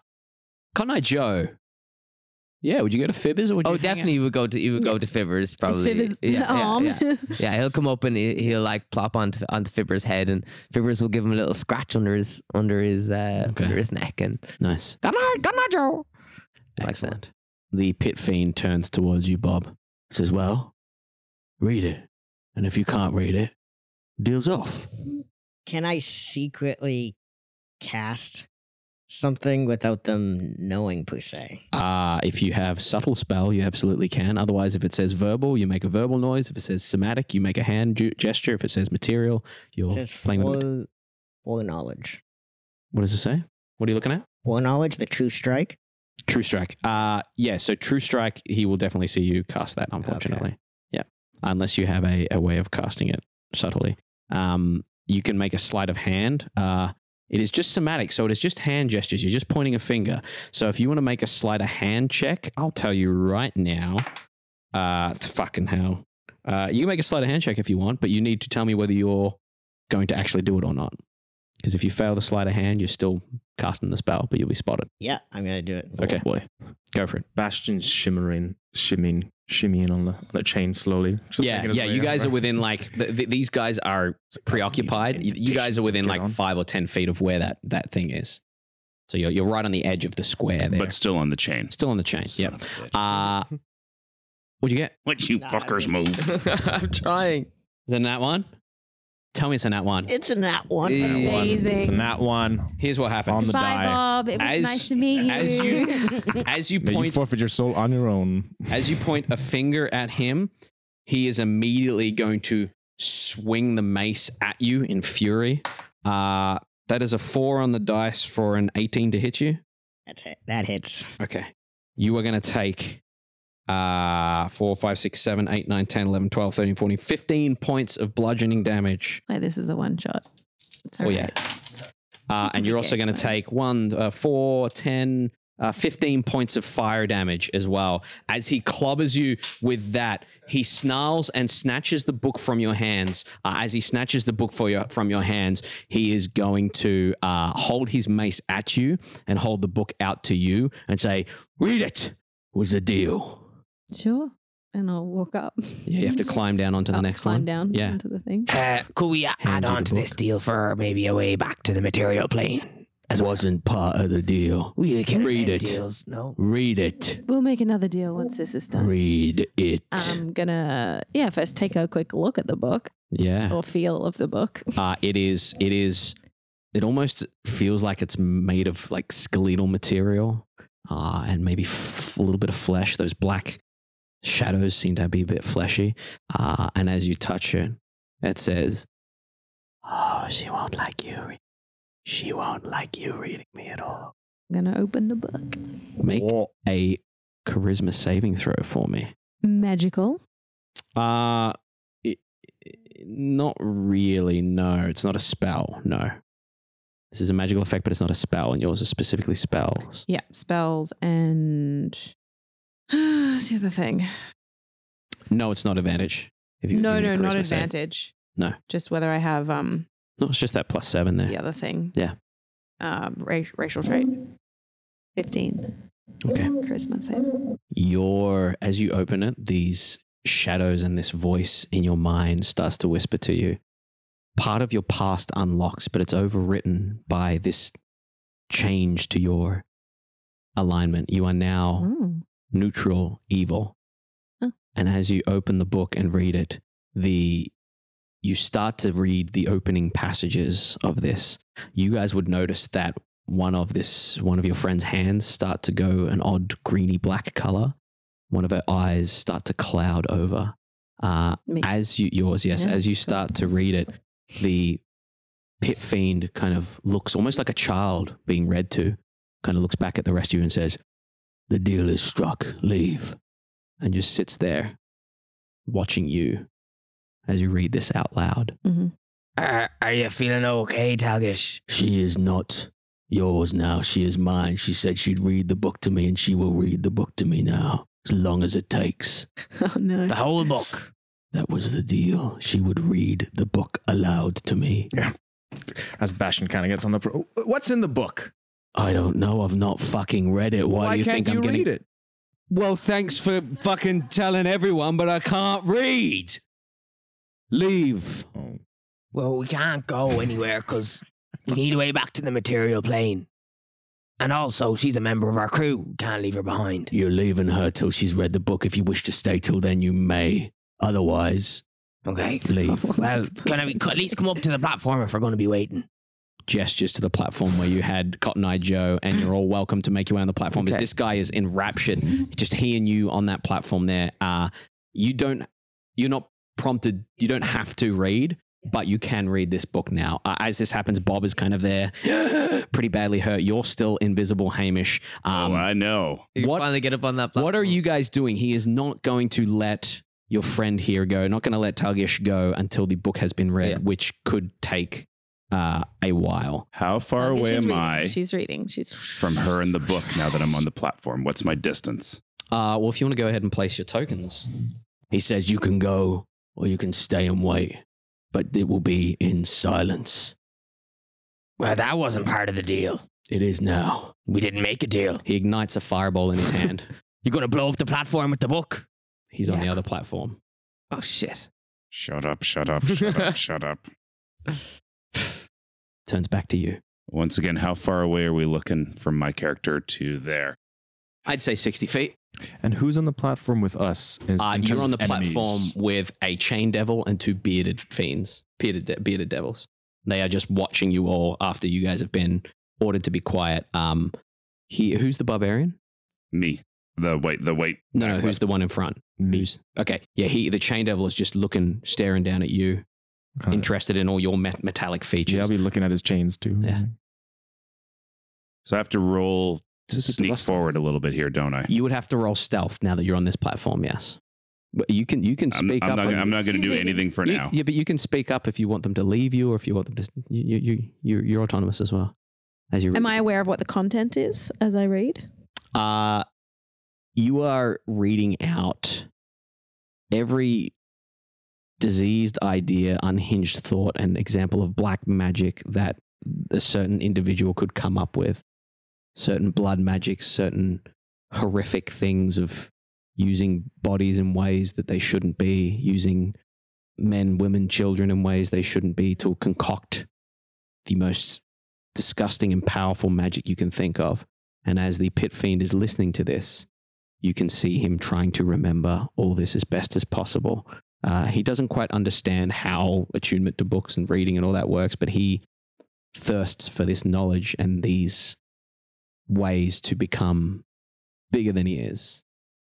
[SPEAKER 2] can I, Joe? Yeah, would you go to Fibbers or would you?
[SPEAKER 7] Oh,
[SPEAKER 2] hang out?
[SPEAKER 7] definitely you would go to you would go to Fibbers probably.
[SPEAKER 3] It's Fibbers'
[SPEAKER 7] Yeah, yeah,
[SPEAKER 3] arm.
[SPEAKER 7] yeah. Yeah, he'll come up and he- he'll like plop onto onto Fibber's head, and Fibber's will give him a little scratch under his under his uh,
[SPEAKER 2] Okay.
[SPEAKER 7] under his neck, and
[SPEAKER 2] Nice.
[SPEAKER 7] got Joe. Like
[SPEAKER 2] Excellent. The pit fiend turns towards you, Bob.
[SPEAKER 9] Says, well, read it. And if you can't read it, deal's off.
[SPEAKER 5] Can I secretly cast something without them knowing per se?
[SPEAKER 2] Uh, if you have subtle spell, you absolutely can. Otherwise, if it says verbal, you make a verbal noise. If it says somatic, you make a hand ju- gesture. If it says material, you're
[SPEAKER 5] It says
[SPEAKER 2] playing with it.
[SPEAKER 5] fore- foreknowledge.
[SPEAKER 2] What does it say? What are you looking at?
[SPEAKER 5] Foreknowledge, the true strike.
[SPEAKER 2] True strike. Uh, yeah, so true strike, he will definitely see you cast that, unfortunately. Yeah. Unless you have a, a way of casting it subtly. Um, you can make a sleight of hand. Uh, it is just somatic, so it is just hand gestures. You're just pointing a finger. So if you want to make a sleight of hand check, I'll tell you right now. Uh, fucking hell. Uh, you can make a sleight of hand check if you want, but you need to tell me whether you're going to actually do it or not. Because if you fail the sleight of hand, you're still casting the spell, but you'll be spotted.
[SPEAKER 5] Yeah, I'm gonna do it.
[SPEAKER 2] Okay, boy, go for it.
[SPEAKER 8] Bastion's shimmering, shimming, shimmying on the, on the chain slowly. Just
[SPEAKER 2] yeah,
[SPEAKER 8] making his
[SPEAKER 2] yeah.
[SPEAKER 8] way
[SPEAKER 2] You guys
[SPEAKER 8] over.
[SPEAKER 2] are within like th- th- these guys are preoccupied. You, you guys are within
[SPEAKER 8] Get
[SPEAKER 2] like
[SPEAKER 8] on.
[SPEAKER 2] five or ten feet of where that that thing is. So you're you're right on the edge of the square there,
[SPEAKER 4] But still on the chain.
[SPEAKER 2] still on the chain.
[SPEAKER 4] Son
[SPEAKER 2] Yep.
[SPEAKER 4] of a bitch.
[SPEAKER 2] Uh, what'd you get?
[SPEAKER 4] Would you
[SPEAKER 5] Nah,
[SPEAKER 4] fuckers
[SPEAKER 5] I'm-
[SPEAKER 4] move?
[SPEAKER 7] I'm trying.
[SPEAKER 2] Is it that one? Tell me it's in that one.
[SPEAKER 5] It's in that one.
[SPEAKER 7] Yeah.
[SPEAKER 3] Amazing.
[SPEAKER 8] It's a nat one.
[SPEAKER 2] Here's what happens.
[SPEAKER 8] On the
[SPEAKER 3] Bye,
[SPEAKER 8] die.
[SPEAKER 3] Bob. It was
[SPEAKER 2] As-
[SPEAKER 3] nice to meet you.
[SPEAKER 2] as you- as you
[SPEAKER 8] May you
[SPEAKER 2] point
[SPEAKER 8] forfeit your soul on your own.
[SPEAKER 2] as you point a finger at him, he is immediately going to swing the mace at you in fury. Uh, that is a four on the dice for an eighteen to hit you.
[SPEAKER 5] That's it. That hits.
[SPEAKER 2] Okay. You are going to take uh, 4, 5, 6, 7, 8, 9, 10, 11, 12, 13, 14, 15 points of bludgeoning damage.
[SPEAKER 3] Like this is a one shot. It's
[SPEAKER 2] Oh,
[SPEAKER 3] alright.
[SPEAKER 2] yeah. Uh,
[SPEAKER 3] It's a
[SPEAKER 2] and you're
[SPEAKER 3] big
[SPEAKER 2] also
[SPEAKER 3] game,
[SPEAKER 2] going to
[SPEAKER 3] so-
[SPEAKER 2] take one, uh, four, 10, uh, 15 points of fire damage as well. As he clobbers you with that, he snarls and snatches the book from your hands. Uh, as he snatches the book for your, from your hands, he is going to uh, hold his mace at you and hold the book out to you and say, Read it! Was the deal.
[SPEAKER 3] Sure. And I'll walk up.
[SPEAKER 2] Yeah, you have to climb down onto the
[SPEAKER 3] Up,
[SPEAKER 2] next
[SPEAKER 3] climb
[SPEAKER 2] one.
[SPEAKER 3] down
[SPEAKER 2] Yeah.
[SPEAKER 3] onto the thing.
[SPEAKER 6] Uh, could we
[SPEAKER 2] Hand
[SPEAKER 6] add
[SPEAKER 2] you
[SPEAKER 6] on
[SPEAKER 2] the
[SPEAKER 6] to this
[SPEAKER 2] book.
[SPEAKER 6] deal for maybe a way back to the material plane?
[SPEAKER 9] As wasn't part of the deal.
[SPEAKER 6] We can
[SPEAKER 9] Read it.
[SPEAKER 6] deals. No.
[SPEAKER 9] Read it.
[SPEAKER 3] We'll make another deal once this is done. Uh,
[SPEAKER 9] Read it.
[SPEAKER 3] I'm gonna yeah, first take a quick look at the book
[SPEAKER 2] Yeah.
[SPEAKER 3] or feel of the book.
[SPEAKER 2] Uh, it is. It is. It almost feels like it's made of like skeletal material, uh, and maybe f- a little bit of flesh. Those black shadows seem to be a bit fleshy. Uh, and as you touch it, it says,
[SPEAKER 9] oh, she won't like you. re- She won't like you reading me at all.
[SPEAKER 3] I'm gonna open the book.
[SPEAKER 2] "Make a charisma saving throw for me."
[SPEAKER 3] Magical.
[SPEAKER 2] Uh it, it- not really. No, it's not a spell. No, this is a magical effect, but it's not a spell, and yours is specifically spells.
[SPEAKER 3] Yeah, spells and that's the other thing.
[SPEAKER 2] No, it's not advantage. If
[SPEAKER 3] No,
[SPEAKER 2] give me
[SPEAKER 3] no,
[SPEAKER 2] a
[SPEAKER 3] not
[SPEAKER 2] charisma save.
[SPEAKER 3] advantage.
[SPEAKER 2] No.
[SPEAKER 3] Just whether I have um
[SPEAKER 2] No, it's just that plus seven there.
[SPEAKER 3] the other thing.
[SPEAKER 2] Yeah.
[SPEAKER 3] Um ra- racial trait. Fifteen.
[SPEAKER 2] Okay.
[SPEAKER 3] Charisma save.
[SPEAKER 2] Your as you open it, these shadows and this voice in your mind starts to whisper to you. Part of your past unlocks, but it's overwritten by this change to your alignment. You are now
[SPEAKER 3] Oh.
[SPEAKER 2] neutral evil.
[SPEAKER 3] Huh.
[SPEAKER 2] And as you open the book and read it, the you start to read the opening passages of this. You guys would notice that one of this one of your friend's hands start to go an odd greeny black color. One of her eyes start to cloud over. Uh,
[SPEAKER 3] Me.
[SPEAKER 2] as you yours, yes,
[SPEAKER 3] Yeah,
[SPEAKER 2] as you
[SPEAKER 3] sure.
[SPEAKER 2] start to read it, the pit fiend kind of looks almost like a child being read to. Kind of looks back at the rest of you and says,
[SPEAKER 9] The deal is struck. Leave.
[SPEAKER 2] and just sits there watching you as you read this out loud.
[SPEAKER 3] hmm
[SPEAKER 6] Are, Uh, are you feeling okay, Talgish?
[SPEAKER 9] She is not yours now. She is mine. She said she'd read the book to me, and she will read the book to me now, as long as it takes.
[SPEAKER 3] oh no.
[SPEAKER 6] The whole book.
[SPEAKER 9] That was the deal. She would read the book aloud to me.
[SPEAKER 8] As Bastion kind of gets on the. Pro- What's in the book?
[SPEAKER 9] I don't know. I've not fucking read it. Why, do you
[SPEAKER 8] can't
[SPEAKER 9] think
[SPEAKER 8] you
[SPEAKER 9] I'm
[SPEAKER 8] read
[SPEAKER 9] getting?
[SPEAKER 8] it?
[SPEAKER 9] Well, thanks for fucking telling everyone, but I can't read. Leave.
[SPEAKER 6] Well, we can't go anywhere because we need a way back to the material plane. And also, she's a member of our crew. We Can't leave her behind.
[SPEAKER 9] You're leaving her till she's read the book. If you wish to stay till then, you may. Otherwise,
[SPEAKER 6] Okay.
[SPEAKER 9] leave.
[SPEAKER 6] Well, Oh, can I be, at least come up to the platform if we're going to be waiting?
[SPEAKER 2] Gestures to the platform where you had Cotton Eye Joe, and you're all welcome to make your way on the platform. Because
[SPEAKER 7] Okay.
[SPEAKER 2] this guy is enraptured, just he and you on that platform there. Uh, you don't, you're not prompted, you don't have to read, but you can read this book now. Uh, as this happens, Bob is kind of there, pretty badly hurt. You're still invisible, Hamish. Um,
[SPEAKER 4] oh, I know.
[SPEAKER 7] You
[SPEAKER 2] What-
[SPEAKER 7] finally get up on that platform.
[SPEAKER 2] What are you guys doing? He is not going to let your friend here go, not going to let Talgish go until the book has been read,
[SPEAKER 7] Yeah.
[SPEAKER 2] which could take uh, a while.
[SPEAKER 4] How far
[SPEAKER 3] Okay,
[SPEAKER 4] away
[SPEAKER 3] she's
[SPEAKER 4] am
[SPEAKER 3] reading.
[SPEAKER 4] I
[SPEAKER 3] She's reading. She's
[SPEAKER 4] from her and the book now that I'm on the platform? What's my distance?
[SPEAKER 2] Uh, well, if you want to go ahead and place your tokens,
[SPEAKER 9] He says you can go or you can stay and wait, but it will be in silence.
[SPEAKER 6] Well, that wasn't part of the deal.
[SPEAKER 9] It is now.
[SPEAKER 6] We didn't make a deal.
[SPEAKER 2] he ignites a fireball in his hand.
[SPEAKER 6] You're going to blow up the platform with the book?
[SPEAKER 2] He's on the
[SPEAKER 6] Yeah.
[SPEAKER 2] other platform.
[SPEAKER 6] Oh, shit.
[SPEAKER 4] Shut up, shut up, shut up, shut up.
[SPEAKER 2] Turns back to you.
[SPEAKER 4] Once again, how far away are we looking from my character to there?
[SPEAKER 2] I'd say 60 feet.
[SPEAKER 8] And who's on the platform with us? Is
[SPEAKER 2] Uh,
[SPEAKER 8] in terms
[SPEAKER 2] you're on the
[SPEAKER 8] of enemies?
[SPEAKER 2] platform with a chain devil and two bearded fiends, bearded, de- bearded devils. They are just watching you all after you guys have been ordered to be quiet. Um, he, who's the barbarian?
[SPEAKER 4] Me, the white, the white.
[SPEAKER 2] No, no, who's the one in front?
[SPEAKER 8] Me.
[SPEAKER 2] Who's okay? Yeah, he, the chain devil, is just looking, staring down at you,
[SPEAKER 8] Kinda-
[SPEAKER 2] interested in all your met- metallic
[SPEAKER 8] Yeah, I'll
[SPEAKER 2] features.
[SPEAKER 8] be looking at his chains too.
[SPEAKER 2] Yeah.
[SPEAKER 4] So I have to roll sneak forward a little bit here, don't I?
[SPEAKER 2] You would have to roll stealth now that you're on this platform. Yes, but you can you can
[SPEAKER 4] I'm,
[SPEAKER 2] speak
[SPEAKER 4] I'm
[SPEAKER 2] up.
[SPEAKER 4] not,
[SPEAKER 2] when-
[SPEAKER 4] I'm not going to
[SPEAKER 3] She's
[SPEAKER 4] do
[SPEAKER 3] leaving.
[SPEAKER 4] anything for
[SPEAKER 2] You-
[SPEAKER 4] now.
[SPEAKER 2] Yeah, but you can speak up if you want them to leave you, or if you want them to. You you you you're autonomous as well. As you
[SPEAKER 3] Am I aware of what the content is as I read?
[SPEAKER 2] Uh, you are reading out every diseased idea, unhinged thought, and example of black magic that a certain individual could come up with. Certain blood magic, certain horrific things of using bodies in ways that they shouldn't be, using men, women, children in ways they shouldn't be to concoct the most disgusting and powerful magic you can think of. And as the pit fiend is listening to this, you can see him trying to remember all this as best as possible. Uh, he doesn't quite understand how attunement to books and reading and all that works, but he thirsts for this knowledge and these ways to become bigger than he is.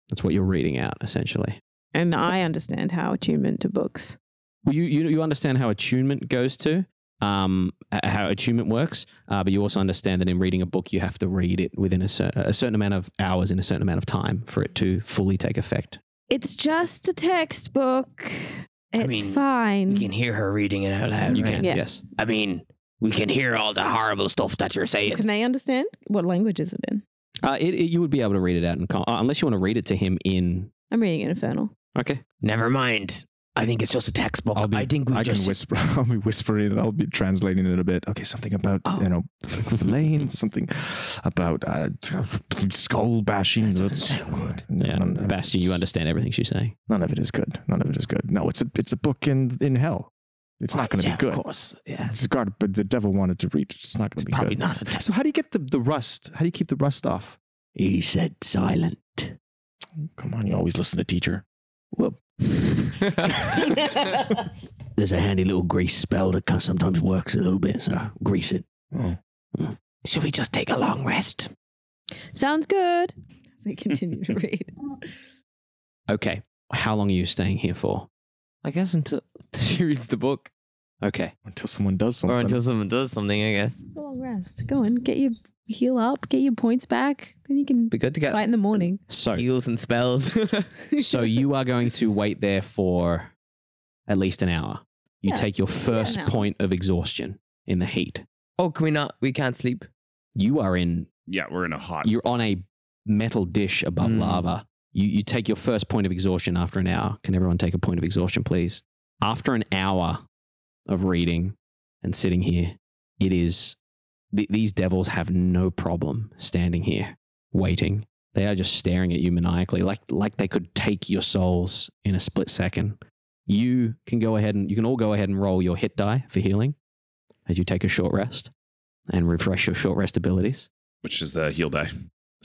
[SPEAKER 2] That's what you're reading out, essentially.
[SPEAKER 3] And I understand how attunement to books.
[SPEAKER 2] Well, you, you, you understand how attunement goes to, um, uh, how attunement works, uh, but you also understand that in reading a book, you have to read it within a, cer- a certain amount of hours in a certain amount of time for it to fully take effect.
[SPEAKER 3] It's just a textbook. It's
[SPEAKER 6] I mean,
[SPEAKER 3] fine.
[SPEAKER 6] We can hear her reading it out loud.
[SPEAKER 2] you
[SPEAKER 6] right?
[SPEAKER 2] can,
[SPEAKER 3] Yeah.
[SPEAKER 2] yes.
[SPEAKER 6] I mean, we can hear all the horrible stuff that you're saying.
[SPEAKER 3] Can they understand? What language is it in?
[SPEAKER 2] Uh, it, it- you would be able to read it out, and com- uh, unless you want to read it to him in.
[SPEAKER 3] I'm reading Infernal.
[SPEAKER 2] Okay.
[SPEAKER 6] Never mind. I think it's just a textbook.
[SPEAKER 8] I'll be,
[SPEAKER 6] I think we
[SPEAKER 8] I
[SPEAKER 6] just
[SPEAKER 8] can whisper. I'll be whispering and I'll be translating it a bit. Okay, something about you know Verlaine, something about uh, skull bashing. That's good.
[SPEAKER 2] Yeah, Bastion, you understand everything she's saying.
[SPEAKER 8] None of it is good. None of it is good. No, it's a it's a book in in hell. It's not going to
[SPEAKER 6] yeah,
[SPEAKER 8] be good.
[SPEAKER 6] Of course, yeah.
[SPEAKER 8] It's God, but the devil wanted to read. it. It's not going to be
[SPEAKER 6] Probably
[SPEAKER 8] good.
[SPEAKER 6] not a text.
[SPEAKER 8] So how do you get the, the rust? How do you keep the rust off?
[SPEAKER 9] He said silent.
[SPEAKER 8] Come on, you always listen to teacher.
[SPEAKER 9] There's a handy little grease spell that kind of sometimes works a little bit, so grease it. Hmm.
[SPEAKER 6] Should we just take a long rest?
[SPEAKER 3] Sounds good. So you continue to read.
[SPEAKER 2] Okay. How long are you staying here for?
[SPEAKER 7] I guess until she reads the book,
[SPEAKER 2] Okay.
[SPEAKER 8] Until someone does something.
[SPEAKER 7] or until someone does something. I guess
[SPEAKER 3] A long rest. Go on, get your heal up, get your points back. Then you can
[SPEAKER 7] be good to get
[SPEAKER 3] fight in the morning.
[SPEAKER 2] So,
[SPEAKER 7] heals and spells.
[SPEAKER 2] so you are going to wait there for at least an hour. You
[SPEAKER 3] Yeah.
[SPEAKER 2] take your first
[SPEAKER 3] hour.
[SPEAKER 2] point of exhaustion in the heat.
[SPEAKER 7] oh, can we not? We can't sleep.
[SPEAKER 2] You are in
[SPEAKER 4] Yeah, we're in a hot.
[SPEAKER 2] you're on a metal dish above
[SPEAKER 7] Mm.
[SPEAKER 2] lava. You, you take your first point of exhaustion after an hour. Can everyone take a point of exhaustion, please? After an hour of reading and sitting here, it is th- these devils have no problem standing here waiting. They are just staring at you maniacally, like like they could take your souls in a split second. You can go ahead and you can all go ahead and roll your hit die for healing as you take a short rest and refresh your short rest abilities.
[SPEAKER 4] which is the heal die.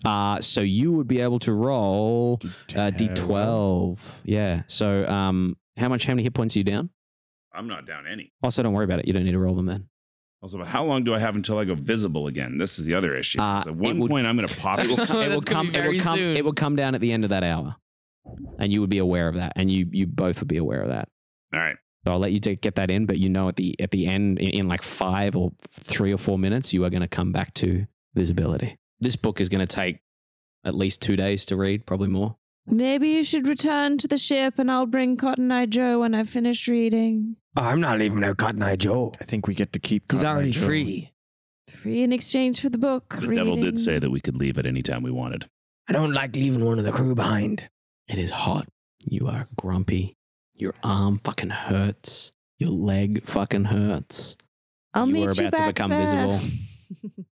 [SPEAKER 2] Uh, so you would be able to roll uh, d12. Yeah. So um, how much? How many hit points are you down?
[SPEAKER 4] I'm not down any.
[SPEAKER 2] Also, don't worry about it. You don't need to roll them then.
[SPEAKER 4] Also, but how long do I have until I go visible again? This is the other issue. 'Cause
[SPEAKER 2] Uh, it
[SPEAKER 4] at one
[SPEAKER 2] would-
[SPEAKER 4] point, I'm going to pop.
[SPEAKER 7] It will come-
[SPEAKER 2] It will
[SPEAKER 7] That's gonna
[SPEAKER 2] come. It
[SPEAKER 7] be
[SPEAKER 2] will
[SPEAKER 7] very
[SPEAKER 2] come.
[SPEAKER 7] soon.
[SPEAKER 2] It will come down at the end of that hour, and you would be aware of that, and you you both would be aware of that.
[SPEAKER 4] All right.
[SPEAKER 2] So I'll let you take, get that in, but you know at the at the end in, in like five or three or four minutes, you are going to come back to visibility. This book is going to take at least two days to read, probably more.
[SPEAKER 3] Maybe you should return to the ship and I'll bring Cotton Eye Joe when I finish reading.
[SPEAKER 6] I'm not leaving out Cotton Eye Joe.
[SPEAKER 8] I think we get to keep.
[SPEAKER 6] He's
[SPEAKER 8] Cotton Eye
[SPEAKER 6] already
[SPEAKER 8] Joe.
[SPEAKER 6] free.
[SPEAKER 3] Free in exchange for the book.
[SPEAKER 4] The devil
[SPEAKER 3] reading.
[SPEAKER 4] did say that we could leave at any time we wanted.
[SPEAKER 6] I don't like leaving one of the crew behind.
[SPEAKER 2] It is hot. You are grumpy. Your arm fucking hurts. Your leg fucking hurts.
[SPEAKER 3] I'll
[SPEAKER 2] you
[SPEAKER 3] meet
[SPEAKER 2] are
[SPEAKER 3] you
[SPEAKER 2] about to
[SPEAKER 3] back
[SPEAKER 2] become
[SPEAKER 3] there.
[SPEAKER 2] visible.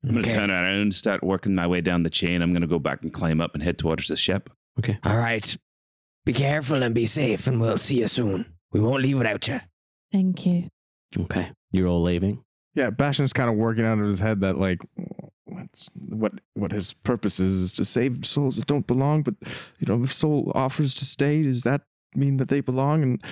[SPEAKER 4] I'm going to
[SPEAKER 6] Okay.
[SPEAKER 4] turn around and start working my way down the chain. I'm going to go back and climb up and head towards the ship.
[SPEAKER 2] Okay.
[SPEAKER 6] All right. Be careful and be safe, and we'll see you soon. We won't leave without you.
[SPEAKER 3] Thank you.
[SPEAKER 2] Okay. You're all leaving.
[SPEAKER 8] Yeah, Bastion's kind of working out of his head that like, what's- what what his purpose is is to save souls that don't belong. But you know, if soul offers to stay, does that mean that they belong? And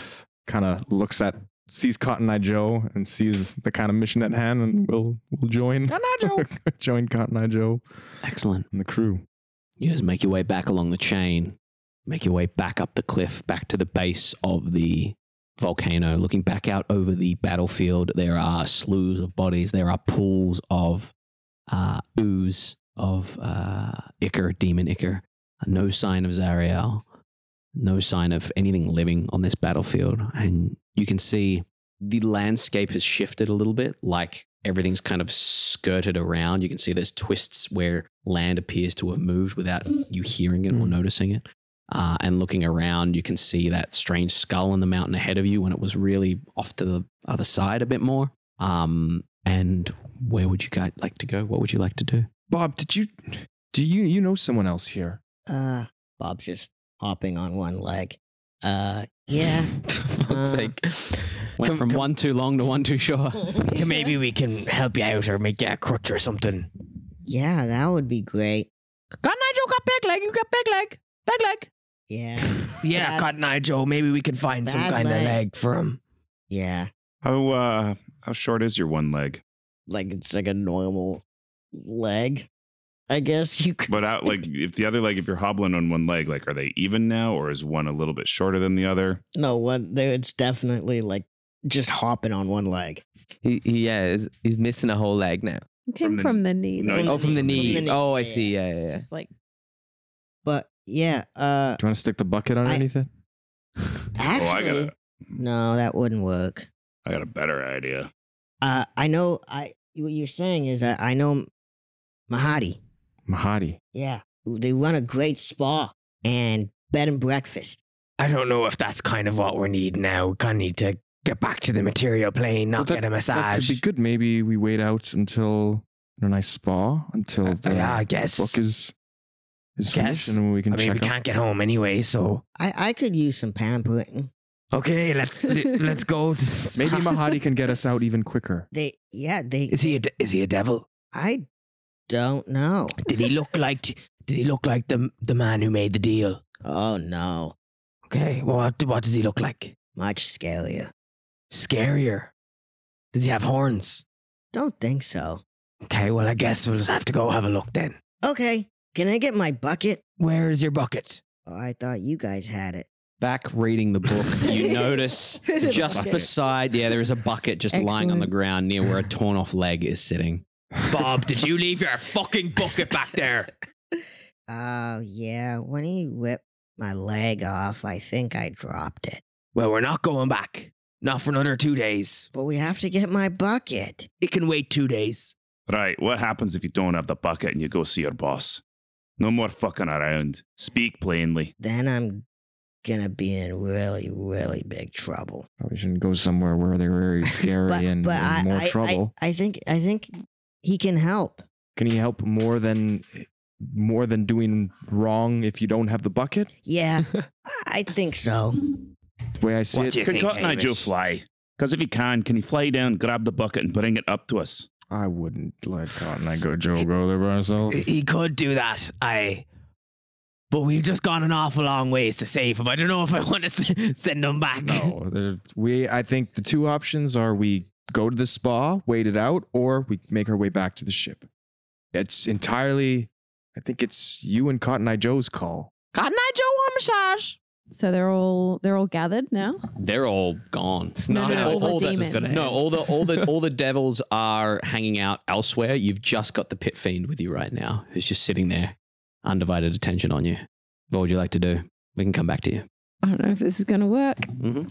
[SPEAKER 8] kind of looks at sees Cotton Eye Joe and sees the kind of mission at hand, and will will join
[SPEAKER 6] Cotton Eye Joe.
[SPEAKER 8] join Cotton Eye Joe
[SPEAKER 2] Excellent.
[SPEAKER 8] and the crew.
[SPEAKER 2] You just make your way back along the chain, make your way back up the cliff, back to the base of the volcano. Looking back out over the battlefield, there are slews of bodies, there are pools of uh, ooze of uh, Icar, Demon Icar. No sign of Zariel. No sign of anything living on this battlefield. And you can see the landscape has shifted a little bit, like everything's kind of skirted around. You can see there's twists where land appears to have moved without you hearing it or
[SPEAKER 7] Mm.
[SPEAKER 2] noticing it. Uh, and looking around, you can see that strange skull in the mountain ahead of you when it was really off to the other side a bit more. Um, and where would you guys like to go? What would you like to do?
[SPEAKER 8] Bob, did you do you you know someone else here?
[SPEAKER 5] Uh, Bob's just hopping on one leg. Uh, yeah.
[SPEAKER 7] Fuck's
[SPEAKER 5] Uh,
[SPEAKER 7] sake.
[SPEAKER 2] Went
[SPEAKER 7] Come-
[SPEAKER 2] from
[SPEAKER 7] come-
[SPEAKER 2] one too long to one too short.
[SPEAKER 6] Yeah, Maybe we can help you out or make you a crutch or something.
[SPEAKER 5] Yeah, that would be great.
[SPEAKER 6] Got Nigel got big leg. You got big leg. Big leg.
[SPEAKER 5] Yeah.
[SPEAKER 6] Yeah,
[SPEAKER 5] Bad-
[SPEAKER 6] got Nigel. Maybe we can find some
[SPEAKER 5] bad
[SPEAKER 6] kind of
[SPEAKER 5] leg.
[SPEAKER 6] leg for him.
[SPEAKER 5] Yeah.
[SPEAKER 4] How uh how short is your one leg?
[SPEAKER 5] Like it's like a normal leg, I guess you could.
[SPEAKER 4] But out like if the other leg, if you're hobbling on one leg, like are they even now, or is one a little bit shorter than the other?
[SPEAKER 5] no one. There, it's definitely like just hopping on one leg.
[SPEAKER 7] He, he yeah, is, he's missing a whole leg now.
[SPEAKER 3] Came
[SPEAKER 4] From the-
[SPEAKER 3] from the knee.
[SPEAKER 4] No,
[SPEAKER 5] From
[SPEAKER 7] oh, from the
[SPEAKER 5] from
[SPEAKER 7] knee.
[SPEAKER 5] the knee.
[SPEAKER 7] Oh, I
[SPEAKER 5] Yeah,
[SPEAKER 7] see. Yeah, yeah. yeah.
[SPEAKER 3] Just like
[SPEAKER 5] But yeah. Uh,
[SPEAKER 8] Do you want to stick the bucket underneath it?
[SPEAKER 5] actually,
[SPEAKER 4] oh, I got a
[SPEAKER 5] no, that wouldn't work.
[SPEAKER 4] I got a better idea.
[SPEAKER 5] Uh, I know. I what you're saying is that I know Mahadi.
[SPEAKER 8] Mahadi.
[SPEAKER 5] Yeah, they run a great spa and bed and breakfast.
[SPEAKER 6] I don't know if that's kind of what we need now. We kind of need to get back to the material plane, not
[SPEAKER 8] Well, that-
[SPEAKER 6] get a
[SPEAKER 8] That
[SPEAKER 6] massage.
[SPEAKER 8] could be good. Maybe we wait out until a nice spa until
[SPEAKER 6] Uh,
[SPEAKER 8] the
[SPEAKER 6] yeah, I guess.
[SPEAKER 8] book is is
[SPEAKER 6] Guess.
[SPEAKER 8] finished and we can
[SPEAKER 6] I mean,
[SPEAKER 8] check
[SPEAKER 6] we
[SPEAKER 8] out.
[SPEAKER 6] can't get home anyway, so
[SPEAKER 5] I, I could use some pampering.
[SPEAKER 6] okay, let's le- let's go. to this-
[SPEAKER 8] Maybe Mahadi can get us out even quicker.
[SPEAKER 5] They yeah they
[SPEAKER 6] Is he a de- is he a devil?
[SPEAKER 5] I don't know.
[SPEAKER 6] Did he look like Did he look like the the man who made the deal?
[SPEAKER 5] Oh no,
[SPEAKER 6] Okay, well, what what does he look like?
[SPEAKER 5] much scarier.
[SPEAKER 6] Scarier. Does he have horns?
[SPEAKER 5] Don't think so.
[SPEAKER 6] Okay, well, I guess we'll just have to go have a look then.
[SPEAKER 5] Okay, can I get my bucket?
[SPEAKER 6] Where is your bucket?
[SPEAKER 5] Oh, I thought you guys had it.
[SPEAKER 2] Back reading the book, you notice
[SPEAKER 3] There's a
[SPEAKER 2] just
[SPEAKER 3] bucket.
[SPEAKER 2] beside, yeah, there is a bucket just lying on the
[SPEAKER 3] Excellent.
[SPEAKER 2] ground near where a torn off leg is sitting.
[SPEAKER 6] Bob, did you leave your fucking bucket back there?
[SPEAKER 5] Oh yeah, when he ripped my leg off, I think I dropped it.
[SPEAKER 6] Well, we're not going back. Not for another two days.
[SPEAKER 5] But we have to get my bucket.
[SPEAKER 6] It can wait two days.
[SPEAKER 4] Right, what happens if you don't have the bucket and you go see your boss? No more fucking around. Speak plainly.
[SPEAKER 5] Then I'm gonna be in really really big trouble.
[SPEAKER 8] Probably shouldn't go somewhere where they're very scary and, and more trouble.
[SPEAKER 5] I, think I think he can help.
[SPEAKER 8] can he help more than more than doing wrong if you don't have the bucket?
[SPEAKER 5] Yeah, I think so.
[SPEAKER 8] The way I see
[SPEAKER 6] What
[SPEAKER 8] it,
[SPEAKER 6] do you
[SPEAKER 4] Can
[SPEAKER 6] think,
[SPEAKER 4] Cotton Eye Joe
[SPEAKER 6] Hamish?
[SPEAKER 4] fly? Because if he can, can he fly down, grab the bucket, and bring it up to us?
[SPEAKER 8] I wouldn't let Cotton Eye Go Joe go there by himself.
[SPEAKER 6] He could do that. I. But we've just gone an awful long ways to save him. I don't know if I want to send him back.
[SPEAKER 8] No, there- we. I think the two options are we go to the spa, wait it out, or we make our way back to the ship. It's entirely. I think it's you and Cotton Eye Joe's call.
[SPEAKER 6] Cotton Eye Joe on massage.
[SPEAKER 3] so they're all they're all gathered now.
[SPEAKER 2] They're all gone.
[SPEAKER 3] No, not no, how all the
[SPEAKER 2] the-
[SPEAKER 3] demons. gonna
[SPEAKER 2] no, all the all the all the devils are hanging out elsewhere. You've just got the pit fiend with you right now, who's just sitting there, undivided attention on you. What would you like to do? We can come back to you.
[SPEAKER 3] I don't know if this is gonna work.
[SPEAKER 2] hmm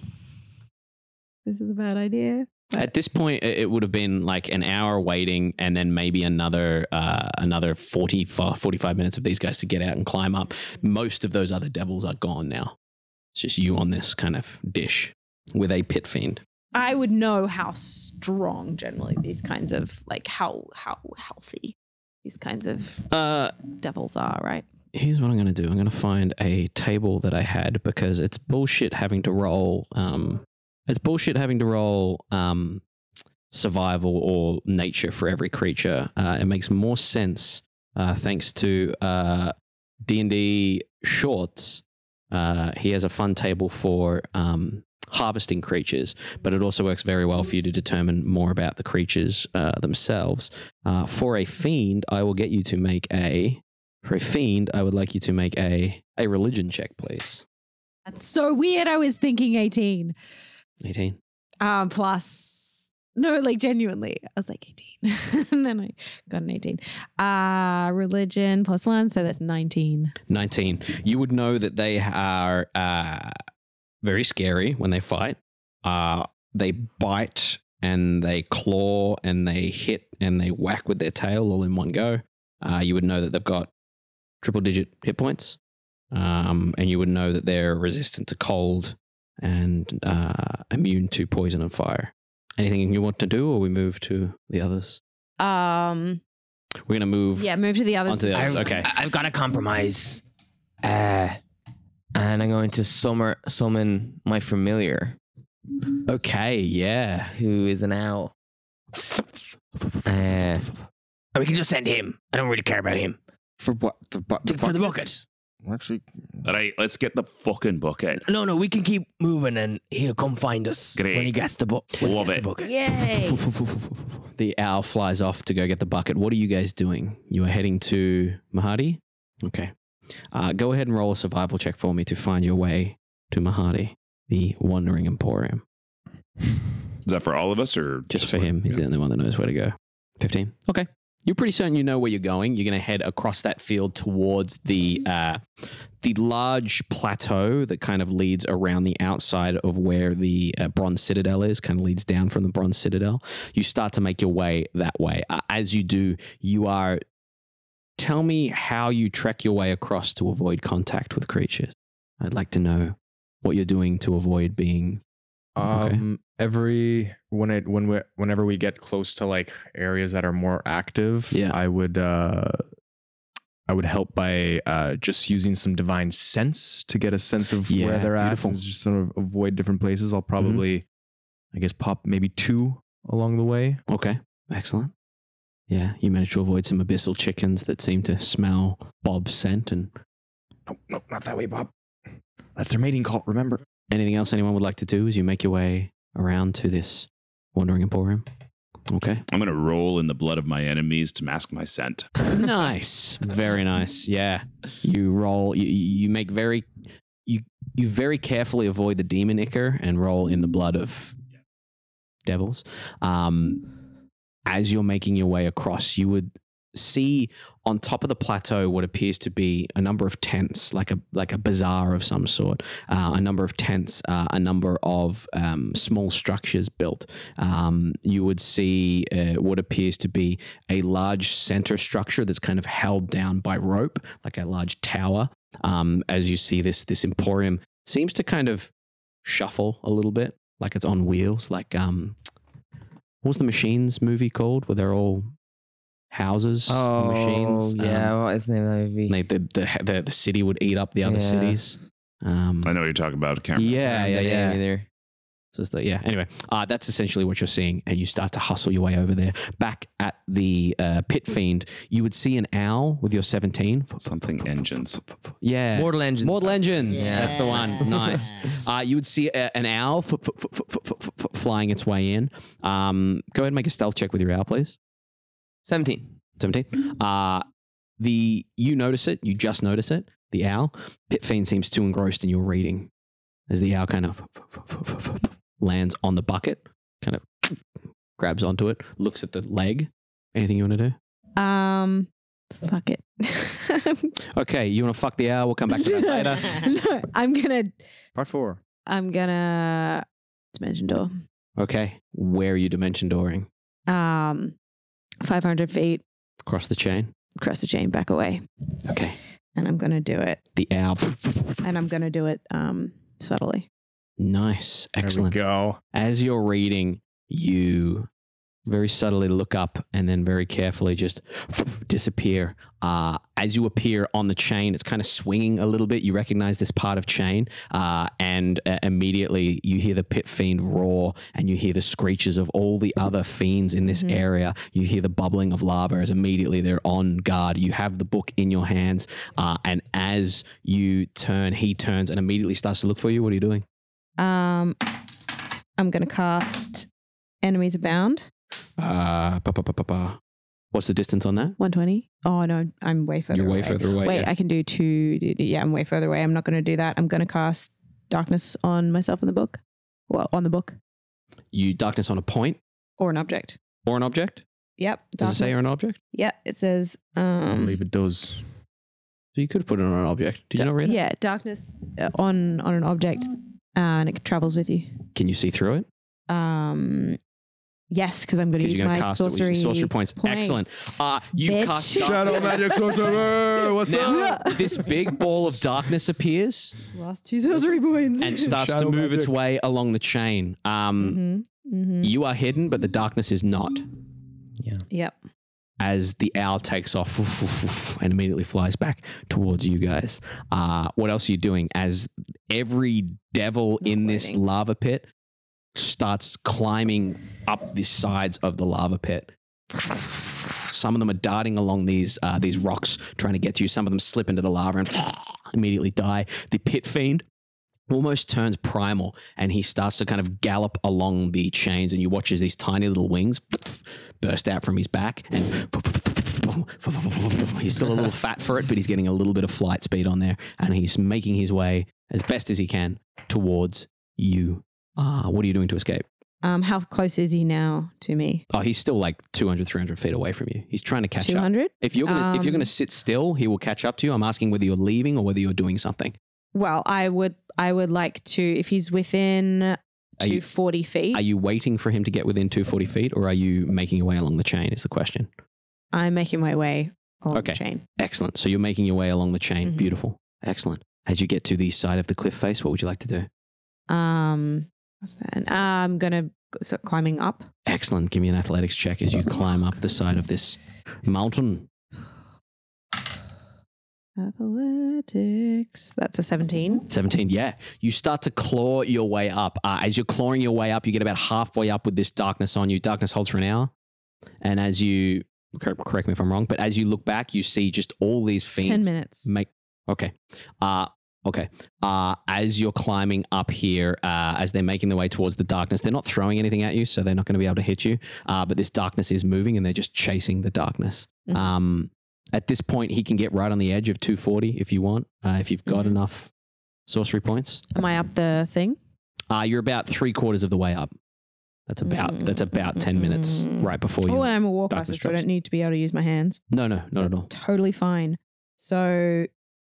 [SPEAKER 3] This is a bad idea.
[SPEAKER 2] At this point, it it would have been like an hour waiting, and then maybe another uh, another 40, 45 minutes of these guys to get out and climb up. Most of those other devils are gone now. It's just you on this kind of dish with a pit fiend.
[SPEAKER 3] I would know how strong generally these kinds of like how how healthy these kinds of
[SPEAKER 2] Uh,
[SPEAKER 3] devils are, right?
[SPEAKER 2] here's what I'm going to do. I'm going to find a table that I had because it's bullshit having to roll. Um, it's bullshit having to roll um, survival or nature for every creature. Uh, it makes more sense uh, thanks to uh, D and D shorts. Uh, he has a fun table for um, harvesting creatures, but it also works very well for you to determine more about the creatures uh, themselves. Uh, for a fiend, I will get you to make a for a fiend, I would like you to make a, a religion check, please.
[SPEAKER 3] That's so weird. I was thinking 18.
[SPEAKER 2] 18.
[SPEAKER 3] Um Uh, plus No, like genuinely. I was like 18. and then I got an 18. Uh religion plus one, so that's 19.
[SPEAKER 2] 19. You would know that they are uh, very scary when they fight. Uh, they bite and they claw and they hit and they whack with their tail all in one go. Uh, you would know that they've got triple digit hit points. Um, and you would know that they're resistant to cold and uh, immune to poison and fire. Anything you want to do, or we move to the others?
[SPEAKER 3] Um
[SPEAKER 2] We're going to move.
[SPEAKER 3] yeah, move to the others.
[SPEAKER 2] Onto the others, okay.
[SPEAKER 7] I- I've got a compromise. Uh, and I'm going to summer, summon my familiar,
[SPEAKER 2] Okay, yeah.
[SPEAKER 7] who is an owl. Uh,
[SPEAKER 2] Oh,
[SPEAKER 6] Or we can just send him. I don't really care about him.
[SPEAKER 8] For what? The, bu-
[SPEAKER 6] To- for the
[SPEAKER 8] bu-
[SPEAKER 6] bucket.
[SPEAKER 8] Actually, mm.
[SPEAKER 4] All right, let's get the fucking bucket.
[SPEAKER 6] No, no, we can keep moving and he'll come find us
[SPEAKER 4] Great.
[SPEAKER 6] when he gets the, bu- when he
[SPEAKER 4] Love
[SPEAKER 6] gets
[SPEAKER 4] it.
[SPEAKER 6] the bucket.
[SPEAKER 5] Yay!
[SPEAKER 2] The owl flies off to go get the bucket. What are you guys doing? You are heading to Mahadi? Okay. Uh, go ahead and roll a survival check for me to find your way to Mahadi, the Wandering Emporium.
[SPEAKER 4] Is that for all of us or
[SPEAKER 2] Just, for him. He's the only one that knows where to go. 15. Okay. You're pretty certain you know where you're going. You're going to head across that field towards the uh, the large plateau that kind of leads around the outside of where the uh, Bronze Citadel is, kind of leads down from the Bronze Citadel. You start to make your way that way. Uh, as you do, you are. Tell me how you trek your way across to avoid contact with creatures. I'd like to know what you're doing to avoid being Okay.
[SPEAKER 8] Um, every when it when we whenever we get close to like areas that are more active,
[SPEAKER 2] Yeah.
[SPEAKER 8] I would uh, I would help by uh just using some divine sense to get a sense of
[SPEAKER 2] Yeah,
[SPEAKER 8] where they're at.
[SPEAKER 2] beautiful. Mm-hmm.
[SPEAKER 8] and Just sort of avoid different places. I'll probably, I guess, pop maybe two along the way.
[SPEAKER 2] Okay, excellent. Yeah, you managed to avoid some abyssal chickens that seem to smell Bob's scent. And
[SPEAKER 8] No, no, not that way, Bob. That's their mating call. Remember.
[SPEAKER 2] anything else anyone would like to do as you make your way around to this wandering emporium? Okay.
[SPEAKER 4] I'm gonna roll in the blood of my enemies to mask my scent.
[SPEAKER 2] nice. Very nice. Yeah. You roll. You, you make very. You you very carefully avoid the demon ichor and roll in the blood of devils. Um, as you're making your way across, you would see on top of the plateau what appears to be a number of tents, like a like a bazaar of some sort. Uh, a number of tents, uh, a number of um, small structures built. Um, you would see uh, what appears to be a large center structure that's kind of held down by rope, like a large tower. Um, as you see this this emporium seems to kind of shuffle a little bit, like it's on wheels, like um. What was the machines movie called where they're all houses and machines?
[SPEAKER 7] Oh, yeah. what is the name of that movie?
[SPEAKER 2] And they, the, the, the, the city would eat up the other
[SPEAKER 7] Yeah.
[SPEAKER 2] cities. Um,
[SPEAKER 4] I know what you're talking about, Cameron.
[SPEAKER 2] yeah,
[SPEAKER 7] Um,
[SPEAKER 2] yeah,
[SPEAKER 7] the
[SPEAKER 2] yeah.
[SPEAKER 7] name Either.
[SPEAKER 2] So it's like, yeah. Anyway, uh, that's essentially what you're seeing, and you start to hustle your way over there. Back at the uh, pit fiend, you would see an owl with your 17.
[SPEAKER 4] Something engines.
[SPEAKER 2] Yeah.
[SPEAKER 7] Mortal Engines.
[SPEAKER 2] Mortal Engines.
[SPEAKER 7] Yeah.
[SPEAKER 2] That's the one. Nice. Uh, you would see a, an owl f- f- f- f- f- f- f- flying its way in. Um, go ahead and make a stealth check with your owl, please.
[SPEAKER 7] 17.
[SPEAKER 2] 17. Uh, the you notice it, you just notice it. The owl. Pit Fiend seems too engrossed in your reading as the owl kind of lands on the bucket, kind of grabs onto it, looks at the leg. Anything you want to do?
[SPEAKER 3] Um fuck it.
[SPEAKER 2] Okay, you want to fuck the owl? We'll come back to that later.
[SPEAKER 3] No, I'm gonna
[SPEAKER 8] Part four.
[SPEAKER 3] I'm gonna dimension door.
[SPEAKER 2] Okay, where are you dimension dooring?
[SPEAKER 3] Um five hundred feet,
[SPEAKER 2] Across the chain.
[SPEAKER 3] across the chain, back away.
[SPEAKER 2] Okay,
[SPEAKER 3] And I'm gonna do it.
[SPEAKER 2] the owl.
[SPEAKER 3] And I'm gonna do it um subtly.
[SPEAKER 2] Nice, excellent.
[SPEAKER 8] There we go.
[SPEAKER 2] as you're reading, you very subtly look up and then very carefully just disappear. Uh, as you appear on the chain, it's kind of swinging a little bit. You recognize this part of chain, uh, and uh, immediately you hear the pit fiend roar and you hear the screeches of all the other fiends in this
[SPEAKER 3] Mhm.
[SPEAKER 2] area. You hear the bubbling of lava as immediately they're on guard. You have the book in your hands, uh, and as you turn, he turns and immediately starts to look for you. What are you doing?
[SPEAKER 3] Um I'm gonna cast Enemies Abound.
[SPEAKER 2] Uh, ba, ba, ba, ba, ba. What's the distance on that?
[SPEAKER 3] 120. Oh no, I'm way further
[SPEAKER 2] You're way
[SPEAKER 3] away.
[SPEAKER 2] further away.
[SPEAKER 3] Wait,
[SPEAKER 2] yeah.
[SPEAKER 3] I can do two. do- do- Yeah, I'm way further away. I'm not going to do that. I'm going to cast darkness on myself in the book. Well, on the book.
[SPEAKER 2] you darkness on a point.
[SPEAKER 3] or an object.
[SPEAKER 2] or an object.
[SPEAKER 3] Yep.
[SPEAKER 2] Does it say
[SPEAKER 3] darkness.
[SPEAKER 2] or an object?
[SPEAKER 3] Yeah, it says.
[SPEAKER 8] I
[SPEAKER 3] Um,
[SPEAKER 8] believe it does.
[SPEAKER 2] So you could put it on an object. Do you not read it?
[SPEAKER 3] yeah, darkness uh, on on an object, uh, and it travels with you.
[SPEAKER 2] Can you see through it?
[SPEAKER 3] Um, yes, because I'm going to
[SPEAKER 2] Because
[SPEAKER 3] use
[SPEAKER 2] you're going
[SPEAKER 3] my
[SPEAKER 2] to cast it
[SPEAKER 3] sorcery,
[SPEAKER 2] with your sorcery points. Excellent.
[SPEAKER 3] points.
[SPEAKER 2] Uh, you
[SPEAKER 3] Bitch.
[SPEAKER 2] cast
[SPEAKER 8] Shadow
[SPEAKER 2] darkness.
[SPEAKER 8] magic sorcerer. What's up?
[SPEAKER 2] Now, this big ball of darkness appears
[SPEAKER 3] Last two sorcery points.
[SPEAKER 2] and starts
[SPEAKER 8] Shadow
[SPEAKER 2] to move its
[SPEAKER 8] magic.
[SPEAKER 2] way along the chain. Um,
[SPEAKER 3] mm-hmm. Mm-hmm.
[SPEAKER 2] You are hidden, but the darkness is not.
[SPEAKER 3] Yep.
[SPEAKER 2] As the owl takes off and immediately flies back towards you guys. Uh, what else are you doing? As every devil
[SPEAKER 3] Not
[SPEAKER 2] in this
[SPEAKER 3] waiting.
[SPEAKER 2] lava pit starts climbing up the sides of the lava pit. Some of them are darting along these uh, these rocks, trying to get to you. Some of them slip into the lava and immediately die. The pit fiend almost turns primal and he starts to kind of gallop along the chains and you watch as these tiny little wings burst out from his back and he's still a little fat for it but he's getting a little bit of flight speed on there and he's making his way as best as he can towards you ah what are you doing to escape
[SPEAKER 3] Um, how close is he now to me?
[SPEAKER 2] oh he's still like 200 300 feet away from you he's trying to catch
[SPEAKER 3] Two
[SPEAKER 2] up
[SPEAKER 3] hundred.
[SPEAKER 2] if you're gonna if you're
[SPEAKER 3] Um,
[SPEAKER 2] gonna sit still he will catch up to you i'm asking whether you're leaving or whether you're doing something
[SPEAKER 3] Well, I would. I would like to. If he's within
[SPEAKER 2] you-
[SPEAKER 3] two forty feet,
[SPEAKER 2] Are you waiting for him to get within 240 feet or are you making your way along the chain? Is the question.
[SPEAKER 3] I'm making my way on
[SPEAKER 2] Okay.
[SPEAKER 3] the chain.
[SPEAKER 2] Excellent. So you're making your way along the chain.
[SPEAKER 3] Mhm.
[SPEAKER 2] Beautiful. Excellent. As you get to the side of the cliff face, what would you like to do?
[SPEAKER 3] Um, what's that? I'm gonna so climbing up.
[SPEAKER 2] Excellent. Give me an athletics check as you climb up the side of this mountain.
[SPEAKER 3] Athletics. That's a seventeen.
[SPEAKER 2] 17. Yeah. You start to claw your way up. Uh, as you're clawing your way up, you get about halfway up with this darkness on you. Darkness holds for an hour. And as you, cor- correct me if I'm wrong, but as you look back, you see just all these fiends.
[SPEAKER 3] Ten minutes.
[SPEAKER 2] Make okay. Uh okay. Uh as you're climbing up here, uh, as they're making their way towards the darkness, they're not throwing anything at you, so they're not going to be able to hit you. Uh, but this darkness is moving, and they're just chasing the darkness.
[SPEAKER 3] Mhm.
[SPEAKER 2] Um, at this point, he can get right on the edge of 240 if you want. Uh, if you've got
[SPEAKER 3] Mhm.
[SPEAKER 2] enough sorcery points,
[SPEAKER 3] Am I up the thing?
[SPEAKER 2] uh, you're about three quarters of the way up. That's about that's about ten minutes
[SPEAKER 3] Mm.
[SPEAKER 2] right before you.
[SPEAKER 3] Oh, and I'm a war
[SPEAKER 2] darkness
[SPEAKER 3] caster, so I
[SPEAKER 2] drops.
[SPEAKER 3] don't need to be able to use my hands.
[SPEAKER 2] no, no,
[SPEAKER 3] So
[SPEAKER 2] not at
[SPEAKER 3] it's
[SPEAKER 2] all.
[SPEAKER 3] Totally fine. So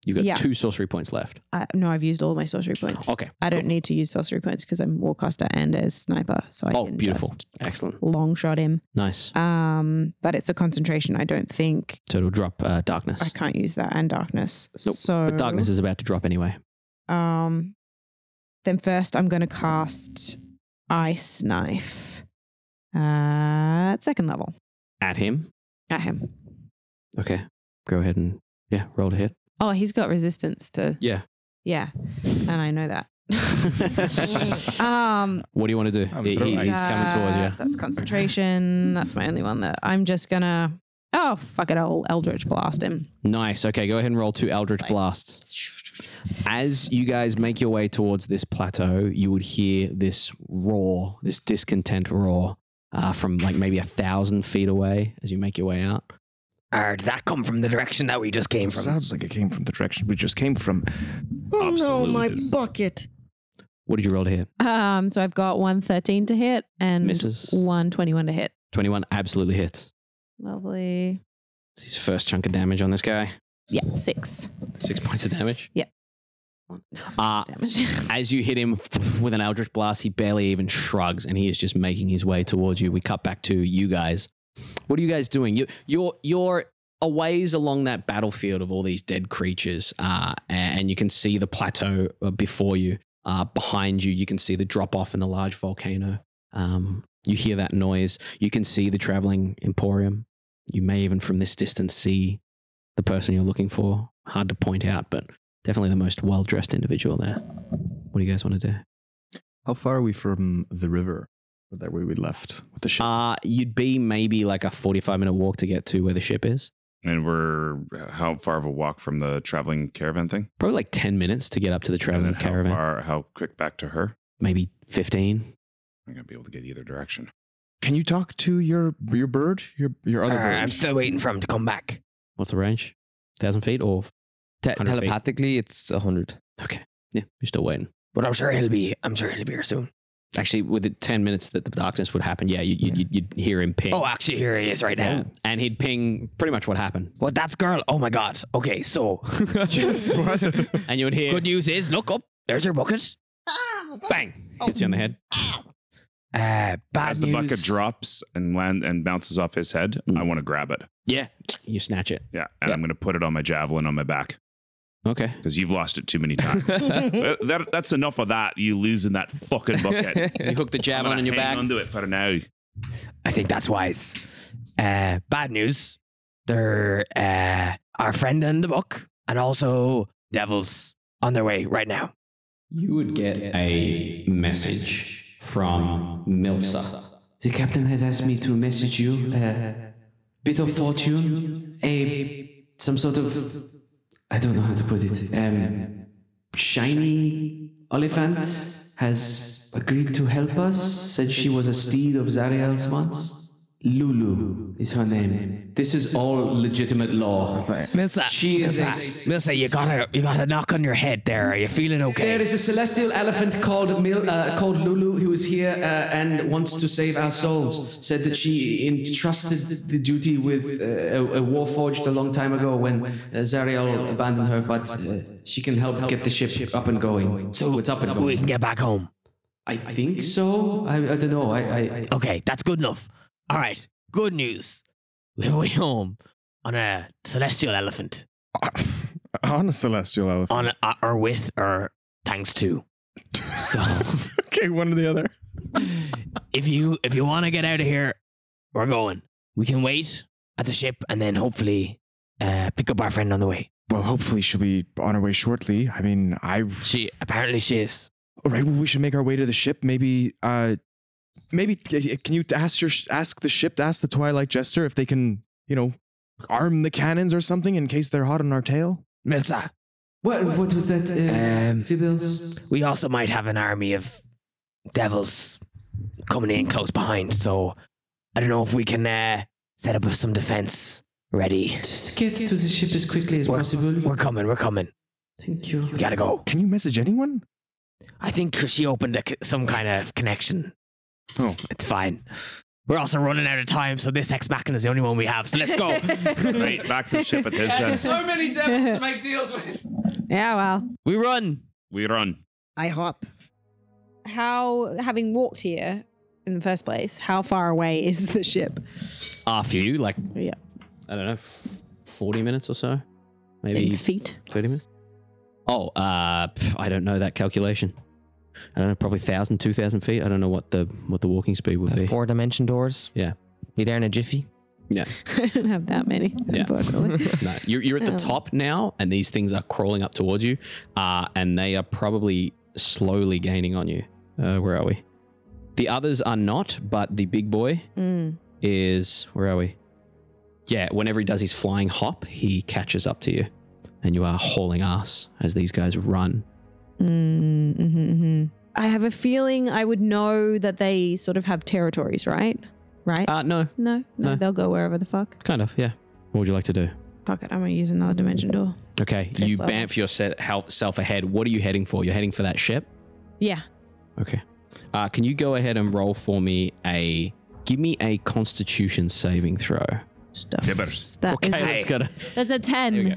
[SPEAKER 2] You've got
[SPEAKER 3] yeah.
[SPEAKER 2] two sorcery points left.
[SPEAKER 3] I, no, I've used all my sorcery points.
[SPEAKER 2] Okay.
[SPEAKER 3] I don't need to use sorcery points because I'm warcaster and a sniper, so I
[SPEAKER 2] Oh,
[SPEAKER 3] can
[SPEAKER 2] beautiful.
[SPEAKER 3] just
[SPEAKER 2] Excellent.
[SPEAKER 3] long shot him.
[SPEAKER 2] Nice.
[SPEAKER 3] Um, but it's a concentration. I don't think
[SPEAKER 2] So it'll drop uh, darkness.
[SPEAKER 3] I can't use that and darkness.
[SPEAKER 2] Nope,
[SPEAKER 3] So
[SPEAKER 2] But darkness is about to drop anyway.
[SPEAKER 3] Um, then first, I'm going to cast Ice Knife at second level
[SPEAKER 2] At him.
[SPEAKER 3] at him.
[SPEAKER 2] Okay. Go ahead and yeah, roll to hit.
[SPEAKER 3] Oh, he's got resistance to
[SPEAKER 2] Yeah.
[SPEAKER 3] yeah, and I know that. um,
[SPEAKER 2] What do you want to do?
[SPEAKER 8] I'm
[SPEAKER 2] He-
[SPEAKER 8] throwing
[SPEAKER 2] he's
[SPEAKER 8] ice.
[SPEAKER 2] coming towards you.
[SPEAKER 3] That's concentration. That's my only one that I'm just gonna. Oh fuck it! I'll Eldritch blast him.
[SPEAKER 2] Nice. Okay, go ahead and roll two Eldritch Blasts. As you guys make your way towards this plateau, you would hear this roar, this discontent roar uh, from like maybe a thousand feet away as you make your way out.
[SPEAKER 6] Or did that come from the direction that we just came
[SPEAKER 8] It
[SPEAKER 6] from?
[SPEAKER 8] sounds like it came from the direction we just came from.
[SPEAKER 5] Oh
[SPEAKER 4] Absolutely.
[SPEAKER 5] no, my bucket.
[SPEAKER 2] What did you roll to hit?
[SPEAKER 3] Um, so I've got one thirteen to hit and
[SPEAKER 2] Misses.
[SPEAKER 3] one twenty one to hit.
[SPEAKER 2] 21 absolutely hits.
[SPEAKER 3] Lovely.
[SPEAKER 2] It's his first chunk of damage on this guy.
[SPEAKER 3] Yeah, six.
[SPEAKER 2] Six points of damage. Ah.
[SPEAKER 3] Ah. damage.
[SPEAKER 2] As you hit him with an Eldritch Blast, he barely even shrugs and he is just making his way towards you. We cut back to you guys. What are you guys doing? You, you're, you're a ways along that battlefield of all these dead creatures, uh, and you can see the plateau uh, before you. Uh, behind you, you can see the drop off in the large volcano. Um, you hear that noise. You can see the traveling emporium. You may even from this distance see the person you're looking for. Hard to point out, but definitely the most well dressed individual there. What do you guys want to do?
[SPEAKER 8] How far are we from the river that way we left with the ship?
[SPEAKER 2] Uh, you'd be maybe like a 45 minute walk to get to where the ship is.
[SPEAKER 4] And we're uh, how far of a walk from the traveling caravan thing?
[SPEAKER 2] Probably like 10 minutes to get up to the
[SPEAKER 4] And
[SPEAKER 2] traveling
[SPEAKER 4] then how
[SPEAKER 2] caravan.
[SPEAKER 4] far? How quick back to her?
[SPEAKER 2] Maybe 15.
[SPEAKER 4] I'm gonna be able to get either direction.
[SPEAKER 8] Can you talk to your your bird, your your other
[SPEAKER 6] Or
[SPEAKER 8] bird?
[SPEAKER 6] Ah, I'm still waiting for him to come back.
[SPEAKER 2] What's the range? 1,000 feet or?
[SPEAKER 7] Te-
[SPEAKER 2] 100 feet.
[SPEAKER 7] telepathically, it's 100.
[SPEAKER 2] Okay. Yeah, you're still waiting.
[SPEAKER 6] But I'm sure he'll be. I'm sure he'll be here soon.
[SPEAKER 2] Actually, within 10 minutes that the darkness would happen, yeah, you'd, you'd, you'd hear him ping.
[SPEAKER 6] Oh, actually, here he is right now.
[SPEAKER 2] yeah. And he'd ping pretty much what happened.
[SPEAKER 6] Well, that's girl. Oh my god. Okay, so
[SPEAKER 2] And you would hear,
[SPEAKER 6] good news is, look up. There's your bucket.
[SPEAKER 2] bang,
[SPEAKER 9] Ah!
[SPEAKER 2] hits you on the head.
[SPEAKER 6] Uh, bad
[SPEAKER 4] As the
[SPEAKER 6] news.
[SPEAKER 4] bucket drops and land and bounces off his head, I
[SPEAKER 2] Mm.
[SPEAKER 4] want to grab it.
[SPEAKER 2] Yeah. You snatch it.
[SPEAKER 4] Yeah, and I'm going to put it on my javelin on my back
[SPEAKER 2] Okay.
[SPEAKER 4] because you've lost it too many times. Uh, that, that's enough of that. You losing that fucking bucket.
[SPEAKER 2] You hook the
[SPEAKER 4] I'm
[SPEAKER 2] javelin
[SPEAKER 4] gonna
[SPEAKER 2] in your
[SPEAKER 4] hang
[SPEAKER 2] back.
[SPEAKER 4] Onto it for now.
[SPEAKER 6] I think that's wise. Uh, bad news. They're uh, our friend in the book, and also devils on their way right now.
[SPEAKER 2] You would get a message from Milsa.
[SPEAKER 9] The captain has asked me to message you a bit of fortune, a some sort of I don't know how to put it. Um, shiny elephant has agreed to help us. Said she was a steed of Zariel's once. Lulu is her name. This is all legitimate law.
[SPEAKER 6] Milsa,
[SPEAKER 9] She is a-
[SPEAKER 6] Milsa, Milsa, you got a you got a knock on your head there. Are you feeling okay?
[SPEAKER 9] There is a celestial elephant called Mil, uh, called Lulu who is here uh, and wants to save our souls. Said that she entrusted the duty with uh, a, a war forged a long time ago when uh, Zariel abandoned her, but uh, she can help get the ship up and going. So it's up and
[SPEAKER 6] we
[SPEAKER 9] going.
[SPEAKER 6] can get back home.
[SPEAKER 9] I think so. I, I don't know. I, I, I
[SPEAKER 6] Okay, that's good enough. All right, good news. We're way home on a celestial elephant.
[SPEAKER 8] on a celestial elephant.
[SPEAKER 6] on uh, or with or thanks to. So
[SPEAKER 8] okay, one or the other.
[SPEAKER 6] if you if you want to get out of here, we're going. We can wait at the ship and then hopefully uh, pick up our friend on the way.
[SPEAKER 8] Well, hopefully she'll be on her way shortly. I mean, I.
[SPEAKER 6] She apparently she is.
[SPEAKER 8] All right, well, we should make our way to the ship. Maybe, uh, maybe can you ask your ask the ship to ask the Twilight Jester if they can, you know, arm the cannons or something in case they're hot on our tail.
[SPEAKER 6] Milsa.
[SPEAKER 9] what what was that?
[SPEAKER 6] Um,
[SPEAKER 9] Uh, Fibils?
[SPEAKER 6] We also might have an army of devils coming in close behind. So I don't know if we can uh, set up some defense ready.
[SPEAKER 9] Just get to the ship as quickly as
[SPEAKER 6] We're,
[SPEAKER 9] possible.
[SPEAKER 6] we're coming. We're coming.
[SPEAKER 9] Thank you.
[SPEAKER 6] We gotta go.
[SPEAKER 8] Can you message anyone?
[SPEAKER 6] I think she opened a, some kind of connection.
[SPEAKER 8] Oh.
[SPEAKER 6] It's fine. We're also running out of time, so this X Machina is the only one we have. So let's go.
[SPEAKER 4] Right back to the ship at his end.
[SPEAKER 3] so many devils to make deals with. Yeah, well.
[SPEAKER 7] We run.
[SPEAKER 4] We run.
[SPEAKER 5] I hop.
[SPEAKER 3] How, having walked here in the first place, how far away is the ship?
[SPEAKER 2] After you, like,
[SPEAKER 3] Yeah.
[SPEAKER 2] I don't know, f- 40 minutes or so?
[SPEAKER 3] In
[SPEAKER 2] Maybe
[SPEAKER 3] feet.
[SPEAKER 2] 30 minutes? Oh, uh, pff, I don't know that calculation. I don't know, probably 1,000, 2,000 feet. I don't know what the what the walking speed would be.
[SPEAKER 7] Four dimension doors.
[SPEAKER 2] Yeah.
[SPEAKER 7] Be there in a jiffy.
[SPEAKER 2] Yeah.
[SPEAKER 3] I don't have that many,
[SPEAKER 2] Yeah.
[SPEAKER 3] unfortunately.
[SPEAKER 2] No, you're, you're at the
[SPEAKER 3] Oh.
[SPEAKER 2] top now, and these things are crawling up towards you, uh, and they are probably slowly gaining on you. Uh, where are we? The others are not, but the big boy
[SPEAKER 3] Mm.
[SPEAKER 2] is. Where are we? Yeah, whenever he does his flying hop, he catches up to you, and you are hauling ass as these guys run.
[SPEAKER 3] Mm, mhm, mhm. I have a feeling I would know that they sort of have territories, right? Right?
[SPEAKER 2] Uh, no,
[SPEAKER 3] no, no,
[SPEAKER 2] no.
[SPEAKER 3] they'll go wherever the fuck.
[SPEAKER 2] kind of, yeah. What would you like to do?
[SPEAKER 3] Fuck it, I'm gonna use another dimension door.
[SPEAKER 2] Okay,
[SPEAKER 3] Fifth
[SPEAKER 2] you
[SPEAKER 3] level.
[SPEAKER 2] bamf yourself ahead. What are you heading for? You're heading for that ship?
[SPEAKER 3] Yeah.
[SPEAKER 2] Okay. Uh, can you go ahead and roll for me a give me a constitution saving throw?
[SPEAKER 3] Stuff.
[SPEAKER 4] Fibbers.
[SPEAKER 3] That is
[SPEAKER 6] Hey.
[SPEAKER 2] got a
[SPEAKER 3] a, that's a ten.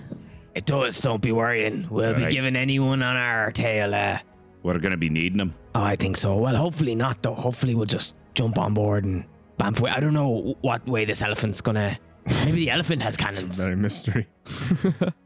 [SPEAKER 6] it does. Don't be worrying. We'll be
[SPEAKER 4] Alright.
[SPEAKER 6] giving anyone on our tail. Uh,
[SPEAKER 4] We're going to be needing them.
[SPEAKER 6] oh, I think so. Well, hopefully not, though. Hopefully we'll just jump on board and bamf. away. I don't know what way this elephant's gonna. Maybe the elephant has cannons.
[SPEAKER 8] mystery.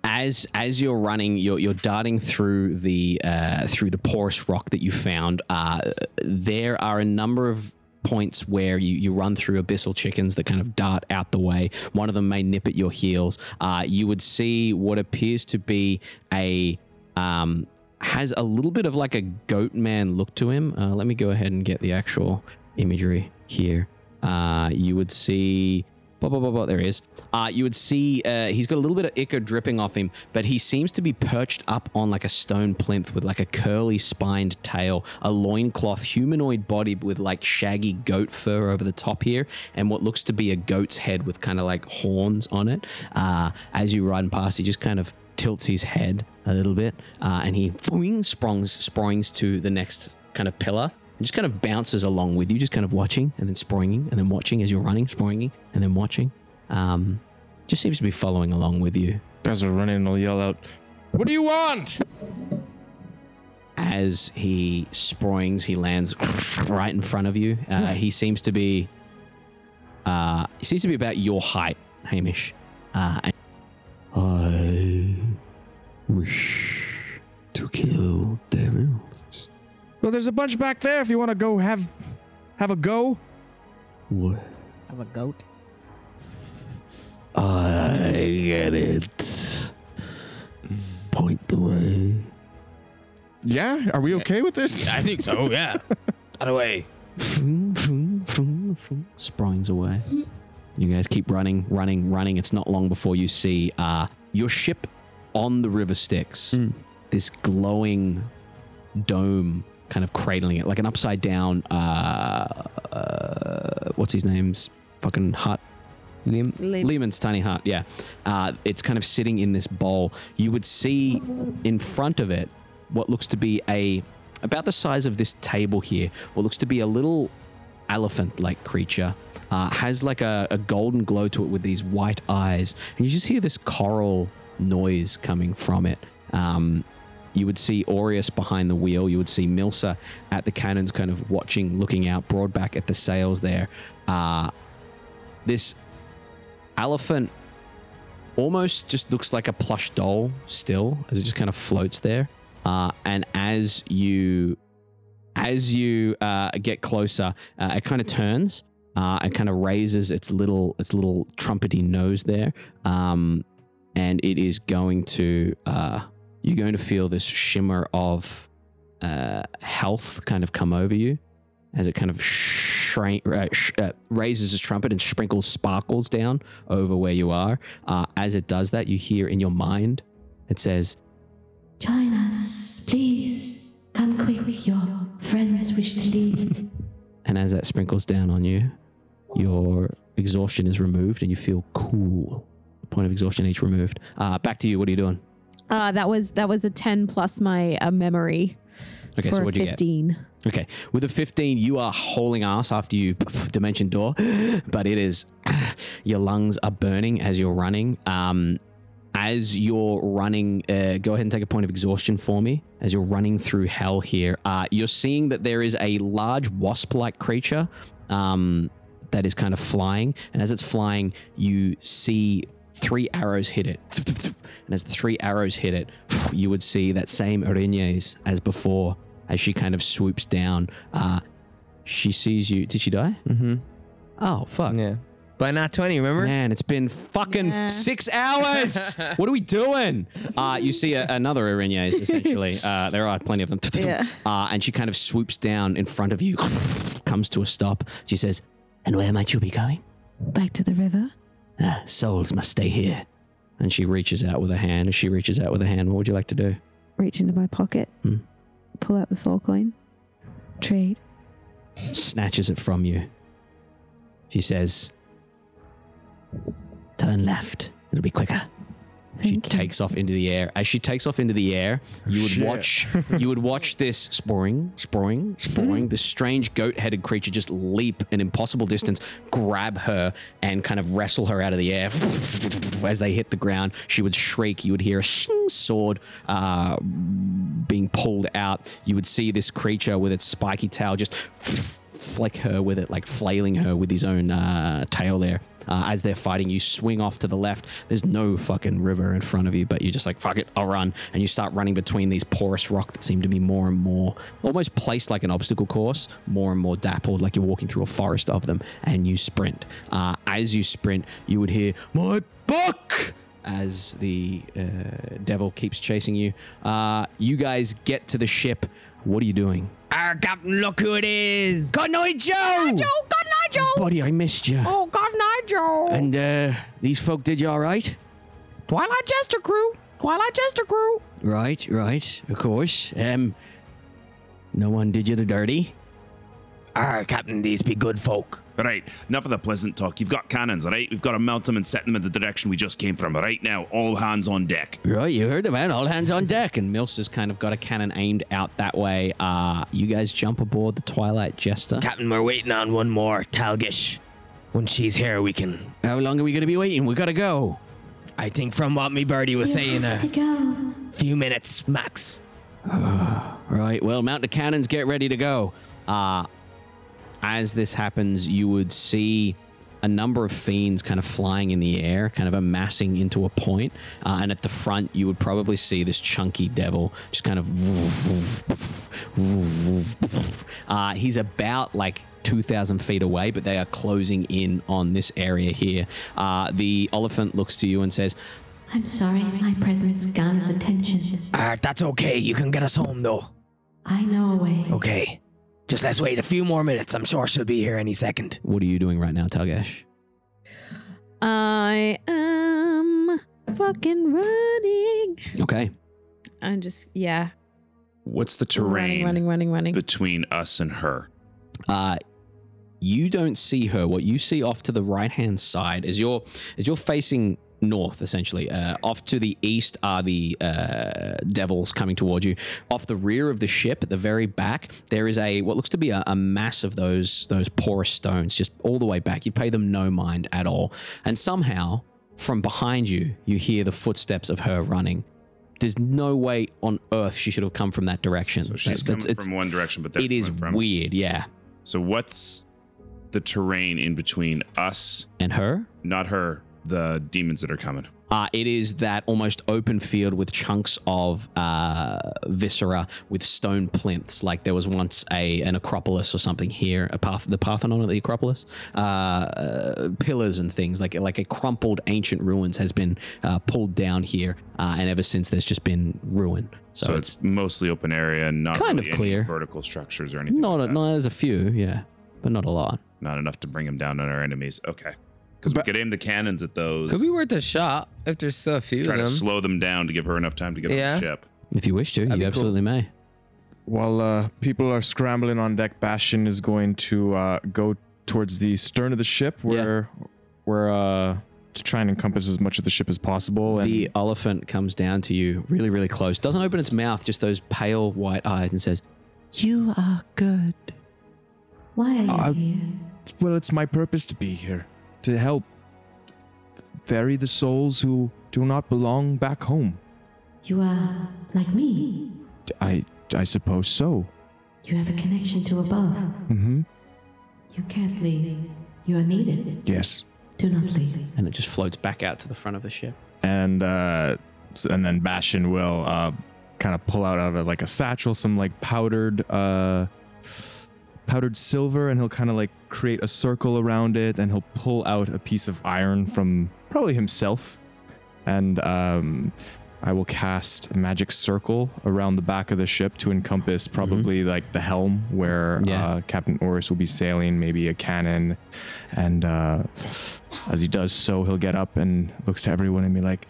[SPEAKER 2] as as you're running, you're you're darting through the uh, through the porous rock that you found. Uh, there are a number of points where you, you run through abyssal chickens that kind of dart out the way. One of them may nip at your heels. Uh, you would see what appears to be a um, has a little bit of like a goat man look to him. Uh, let me go ahead and get the actual imagery here. Uh, you would see blah blah blah blah. There he is. Uh, you would see uh, he's got a little bit of ichor dripping off him, but he seems to be perched up on like a stone plinth with like a curly spined tail, a loincloth humanoid body with like shaggy goat fur over the top here, and what looks to be a goat's head with kind of like horns on it. Uh, as you run past, he just kind of tilts his head a little bit, uh, and he boing, sprongs, springs to the next kind of pillar It just kind of bounces along with you, just kind of watching and then springing and then watching as you're running, springing and then watching. Um, just seems to be following along with you
[SPEAKER 8] Guys are running and will yell out, What do you want?
[SPEAKER 2] as he springs, he lands right in front of you. Uh, he seems to be, uh, he seems to be about your height, Hamish. Uh, and
[SPEAKER 9] I wish to kill devils.
[SPEAKER 8] Well, there's a bunch back there if you want to go have have a go.
[SPEAKER 9] What?
[SPEAKER 5] Have a goat.
[SPEAKER 9] I get it. Point the way.
[SPEAKER 8] Yeah, are we okay with this?
[SPEAKER 1] I think so, yeah.
[SPEAKER 6] Out of the way.
[SPEAKER 2] vroom, vroom, vroom, vroom, springs away. You guys keep running, running, running. It's not long before you see uh, your ship on the River Styx. This glowing dome kind of cradling it, like an upside down. Uh, uh, what's his name's fucking hut?
[SPEAKER 7] Liam,
[SPEAKER 2] Lehman's tiny hut, yeah. Uh, it's kind of sitting in this bowl. You would see in front of it what looks to be a about the size of this table here. What looks to be a little elephant-like creature uh, has like a, a golden glow to it with these white eyes, and you just hear this choral noise coming from it. Um, you would see Aureus behind the wheel. You would see Milsa at the cannons, kind of watching, looking out, Broadback at the sails there. Uh, this elephant almost just looks like a plush doll still as it just kind of floats there uh, and as you as you uh, get closer uh, it kind of turns uh, and kind of raises its little its little trumpety nose there um, and it is going to uh, you're going to feel this shimmer of uh, health kind of come over you as it kind of shrink, uh, sh- uh, raises its trumpet and sprinkles sparkles down over where you are. Uh, as it does that, you hear in your mind, it says,
[SPEAKER 10] Join us, please. Come quick, your friends wish to leave.
[SPEAKER 2] and as that sprinkles down on you, your exhaustion is removed and you feel cool. Point of exhaustion each removed. Uh, back to you. What are you doing?
[SPEAKER 3] Uh, that was that was a ten plus my uh, memory.
[SPEAKER 2] Okay,
[SPEAKER 3] for
[SPEAKER 2] so
[SPEAKER 3] a
[SPEAKER 2] what'd you get?
[SPEAKER 3] fifteen.
[SPEAKER 2] Okay, with a 15, you are hauling ass after you dimension door, but it is your lungs are burning as you're running. Um, as you're running, uh, go ahead and take a point of exhaustion for me. As you're running through hell here, uh, you're seeing that there is a large wasp-like creature um, that is kind of flying, and as it's flying, you see three arrows hit it. And as the three arrows hit it, you would see that same Oreñez as before as she kind of swoops down. Uh, she sees you. Did she die?
[SPEAKER 7] Mm-hmm.
[SPEAKER 2] Oh, fuck.
[SPEAKER 7] Yeah. By not 20, remember?
[SPEAKER 2] Man, it's been fucking
[SPEAKER 3] Yeah.
[SPEAKER 2] six hours. what are we doing? Uh, you see a, another Irenaeus, essentially. Uh, there are plenty of them.
[SPEAKER 3] Yeah.
[SPEAKER 2] Uh, and she kind of swoops down in front of you, comes to a stop. She says, And where might you be going?
[SPEAKER 3] Back to the river.
[SPEAKER 2] Ah, souls must stay here. And she reaches out with a hand. As she reaches out with a hand, what would you like to do?
[SPEAKER 3] Reach into my pocket.
[SPEAKER 2] Hmm.
[SPEAKER 3] Pull out the soul coin. Trade.
[SPEAKER 2] snatches it from you. She says, Turn left. It'll be quicker.
[SPEAKER 3] Thank
[SPEAKER 2] she
[SPEAKER 3] you.
[SPEAKER 2] takes off into the air. As she takes off into the air, you would
[SPEAKER 8] Shit.
[SPEAKER 2] watch you would watch this sporing,
[SPEAKER 3] Mm-hmm.
[SPEAKER 2] sporing, sporing, this strange goat-headed creature just leap an impossible distance, grab her, and kind of wrestle her out of the air. As they hit the ground, she would shriek. You would hear a shing sword uh, being pulled out. You would see this creature with its spiky tail just flick her with it, like flailing her with his own uh, tail there. Uh, as they're fighting, you swing off to the left. There's no fucking river in front of you, but you're just like, fuck it, I'll run. And you start running between these porous rock that seem to be more and more almost placed like an obstacle course, more and more dappled, like you're walking through a forest of them. And you sprint. Uh, as you sprint, you would hear, my buck! as the uh, devil keeps chasing you. Uh, you guys get to the ship. What are you doing?
[SPEAKER 6] Our captain, look who it is.
[SPEAKER 2] God night, Joe!
[SPEAKER 6] God, Nigel.
[SPEAKER 2] Buddy, I missed you.
[SPEAKER 6] Oh, God, Nigel.
[SPEAKER 2] And uh, these folk did you all right?
[SPEAKER 6] Twilight Jester crew. Twilight Jester crew.
[SPEAKER 2] Right, right, of course. Um, no one did you the dirty.
[SPEAKER 6] Our captain, these be good folk.
[SPEAKER 4] All right, enough of the pleasant talk. You've got cannons, all right? We've got to melt them and set them in the direction we just came from. All right, now, all hands on deck.
[SPEAKER 2] Right, you heard the man. All hands on deck. And Mills has kind of got a cannon aimed out that way. Uh, you guys jump aboard the Twilight Jester.
[SPEAKER 6] Captain, we're waiting on one more Talgish. When she's here, we can.
[SPEAKER 2] How long are we going to be waiting? We got to go.
[SPEAKER 6] I think from what me birdie was saying, a
[SPEAKER 10] to go.
[SPEAKER 6] few minutes max.
[SPEAKER 2] Right, well, mount the cannons, get ready to go. Uh, as this happens, you would see a number of fiends kind of flying in the air, kind of amassing into a point. Uh, and at the front, you would probably see this chunky devil just kind of. Uh, he's about like 2,000 feet away, but they are closing in on this area here. Uh, the elephant looks to you and says,
[SPEAKER 10] I'm sorry, my presence God's attention.
[SPEAKER 6] Alright, that's okay. You can get us home, though.
[SPEAKER 10] I know a way.
[SPEAKER 9] Oh.
[SPEAKER 6] Okay. Just let's wait a few more minutes. I'm sure she'll be here any second.
[SPEAKER 2] What are you doing right now, Talgesh?
[SPEAKER 3] I am fucking running.
[SPEAKER 2] Okay.
[SPEAKER 3] I'm just yeah.
[SPEAKER 4] What's the terrain
[SPEAKER 3] Running, running, running, running.
[SPEAKER 4] between us and her?
[SPEAKER 2] Uh, you don't see her. What you see off to the right hand side as you're as you're facing north, essentially. Uh, off to the east are the uh, devils coming toward you. Off the rear of the ship, at the very back, there is a what looks to be a, a mass of those those porous stones, just all the way back. You pay them no mind at all, and somehow from behind you, you hear the footsteps of her running. There's no way on earth she should have come from that direction.
[SPEAKER 4] So she's
[SPEAKER 2] That-
[SPEAKER 4] coming
[SPEAKER 2] that's- it's-
[SPEAKER 4] from one direction, but they're
[SPEAKER 2] it is
[SPEAKER 4] coming from.
[SPEAKER 2] weird, yeah.
[SPEAKER 4] So what's the terrain in between us,
[SPEAKER 2] And her?
[SPEAKER 4] not her, the demons that are coming?
[SPEAKER 2] Uh, it is that almost open field with chunks of uh, viscera with stone plinths. Like there was once a an Acropolis or something here, a path, the Parthenon at the Acropolis, uh, uh, pillars and things like like a crumpled ancient ruins has been uh, pulled down here, uh, and ever since there's just been ruin. So,
[SPEAKER 4] So,
[SPEAKER 2] it's,
[SPEAKER 4] it's, mostly open area and not
[SPEAKER 2] Kind
[SPEAKER 4] really
[SPEAKER 2] of
[SPEAKER 4] any
[SPEAKER 2] clear.
[SPEAKER 4] vertical structures or anything.
[SPEAKER 2] not
[SPEAKER 4] like
[SPEAKER 2] a,
[SPEAKER 4] that.
[SPEAKER 2] no, there's a few, yeah, but not a lot.
[SPEAKER 4] not enough to bring them down on our enemies. Okay, because we
[SPEAKER 8] But-
[SPEAKER 4] could aim the cannons at those.
[SPEAKER 7] Could be worth a shot if there's still a few
[SPEAKER 4] try
[SPEAKER 7] of
[SPEAKER 4] to
[SPEAKER 7] them.
[SPEAKER 4] slow them down to give her enough time to get on
[SPEAKER 7] Yeah.
[SPEAKER 4] the ship.
[SPEAKER 2] If you wish to,
[SPEAKER 7] That'd
[SPEAKER 2] you
[SPEAKER 7] be cool.
[SPEAKER 2] absolutely may.
[SPEAKER 8] While uh, people are scrambling on deck, Bastion is going to uh, go towards the stern of the ship, where where uh, to try and encompass as much of the ship as possible. And
[SPEAKER 2] The elephant comes down to you really, really close. Doesn't open its mouth, just those pale white eyes, and says, You are good.
[SPEAKER 10] Why are you
[SPEAKER 8] I-
[SPEAKER 10] here?
[SPEAKER 8] well, it's my purpose to be here to help ferry the souls who do not belong back home.
[SPEAKER 10] You are like me.
[SPEAKER 8] I I suppose so.
[SPEAKER 10] You have a connection to above.
[SPEAKER 8] Mm-hmm.
[SPEAKER 10] You can't leave. You are needed.
[SPEAKER 8] Yes.
[SPEAKER 10] Do not leave.
[SPEAKER 2] And it just floats back out to the front of the ship.
[SPEAKER 8] and uh, s- and then Bastion will uh, kind of pull out out of like a satchel some like powdered uh, powdered silver, and he'll kind of like create a circle around it, and he'll pull out a piece of iron from probably himself, and um, I will cast a magic circle around the back of the ship to encompass probably like the helm where
[SPEAKER 2] Yeah.
[SPEAKER 8] uh, Captain Oris will be sailing, maybe a cannon, and uh, as he does so, he'll get up and looks to everyone and be like,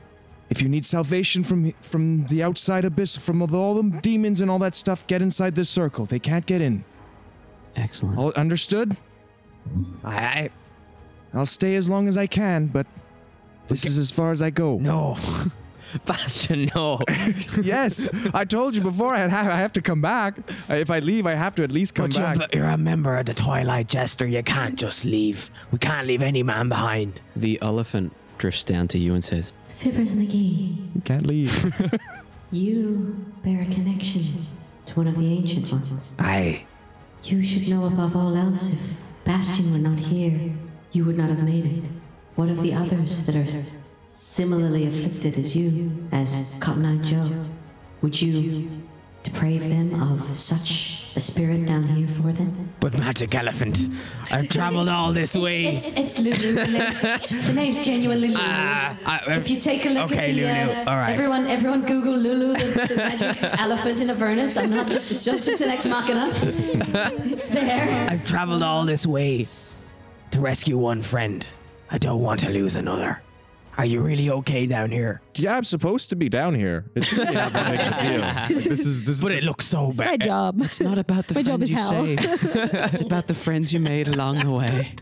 [SPEAKER 8] "If you need salvation from from the outside abyss, from all the demons and all that stuff, get inside this circle. They can't get in.
[SPEAKER 2] Excellent.
[SPEAKER 8] All understood?
[SPEAKER 6] I, I
[SPEAKER 8] I'll stay as long as I can, but this is as far as I go.
[SPEAKER 6] no.
[SPEAKER 7] Bastion, no.
[SPEAKER 8] yes, I told you before. I have I have to come back. If I leave, I have to at least come
[SPEAKER 6] but you're,
[SPEAKER 8] back.
[SPEAKER 6] but you're a member of the Twilight Jester. You can't just leave. We can't leave any man behind.
[SPEAKER 2] The elephant drifts down to you and says,
[SPEAKER 10] Fibbers McGee,
[SPEAKER 8] Can't leave.
[SPEAKER 10] you bear a connection to one of the ancient ones.
[SPEAKER 6] Aye.
[SPEAKER 10] You should know above all else if Bastion were not here, you would not have made it. What of the others that are similarly afflicted as you, as Cotton Eye Joe? Would you deprave them of such a spirit down here for them?
[SPEAKER 6] But Magic Elephant, I've traveled all this way.
[SPEAKER 11] It's, it's Lulu. The name's, the name's genuinely Lulu.
[SPEAKER 6] Ah, I-
[SPEAKER 11] if you take a look
[SPEAKER 6] okay,
[SPEAKER 11] at the,
[SPEAKER 6] Lulu,
[SPEAKER 11] uh,
[SPEAKER 6] all right.
[SPEAKER 11] everyone, everyone Google Lulu, the, the magic elephant in Avernus. I'm not just, it's just, just an ex machina. It's there.
[SPEAKER 6] I've traveled all this way to rescue one friend. I don't want to lose another. Are you really okay down here?
[SPEAKER 8] yeah, I'm supposed to be down here. It's really not that big of a deal. Like, this is this is
[SPEAKER 6] But it looks so
[SPEAKER 3] It's my
[SPEAKER 6] bad.
[SPEAKER 3] job.
[SPEAKER 2] It's not about the
[SPEAKER 3] My
[SPEAKER 2] friends
[SPEAKER 3] job is
[SPEAKER 2] you
[SPEAKER 3] hell.
[SPEAKER 2] saved. it's about the friends you made along the way.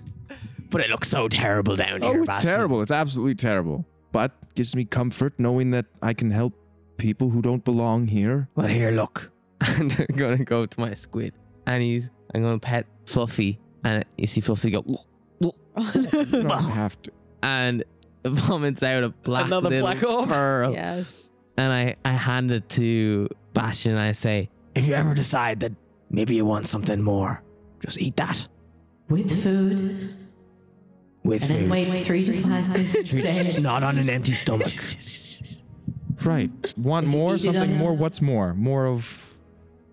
[SPEAKER 6] But it looks so terrible down
[SPEAKER 8] Oh,
[SPEAKER 6] here,
[SPEAKER 8] it's
[SPEAKER 6] Bastion.
[SPEAKER 8] terrible. It's absolutely terrible. But gives me comfort knowing that I can help people who don't belong here.
[SPEAKER 7] Well, here, look. and I'm gonna go to my squid, and he's. I'm gonna pet Fluffy, and you see Fluffy go.
[SPEAKER 8] You don't have to.
[SPEAKER 7] and vomits out a black
[SPEAKER 2] Another
[SPEAKER 7] little
[SPEAKER 2] black orb.
[SPEAKER 7] pearl.
[SPEAKER 3] Yes.
[SPEAKER 7] And I, I hand it to Bastion. and I say,
[SPEAKER 6] If you ever decide that maybe you want something more, just eat that
[SPEAKER 10] With food.
[SPEAKER 6] with
[SPEAKER 10] and then
[SPEAKER 6] food.
[SPEAKER 10] wait three to five business days.
[SPEAKER 6] Not on an empty stomach.
[SPEAKER 8] Right. Want more?
[SPEAKER 10] eat it
[SPEAKER 8] Something
[SPEAKER 10] on-
[SPEAKER 8] more? What's more? More of.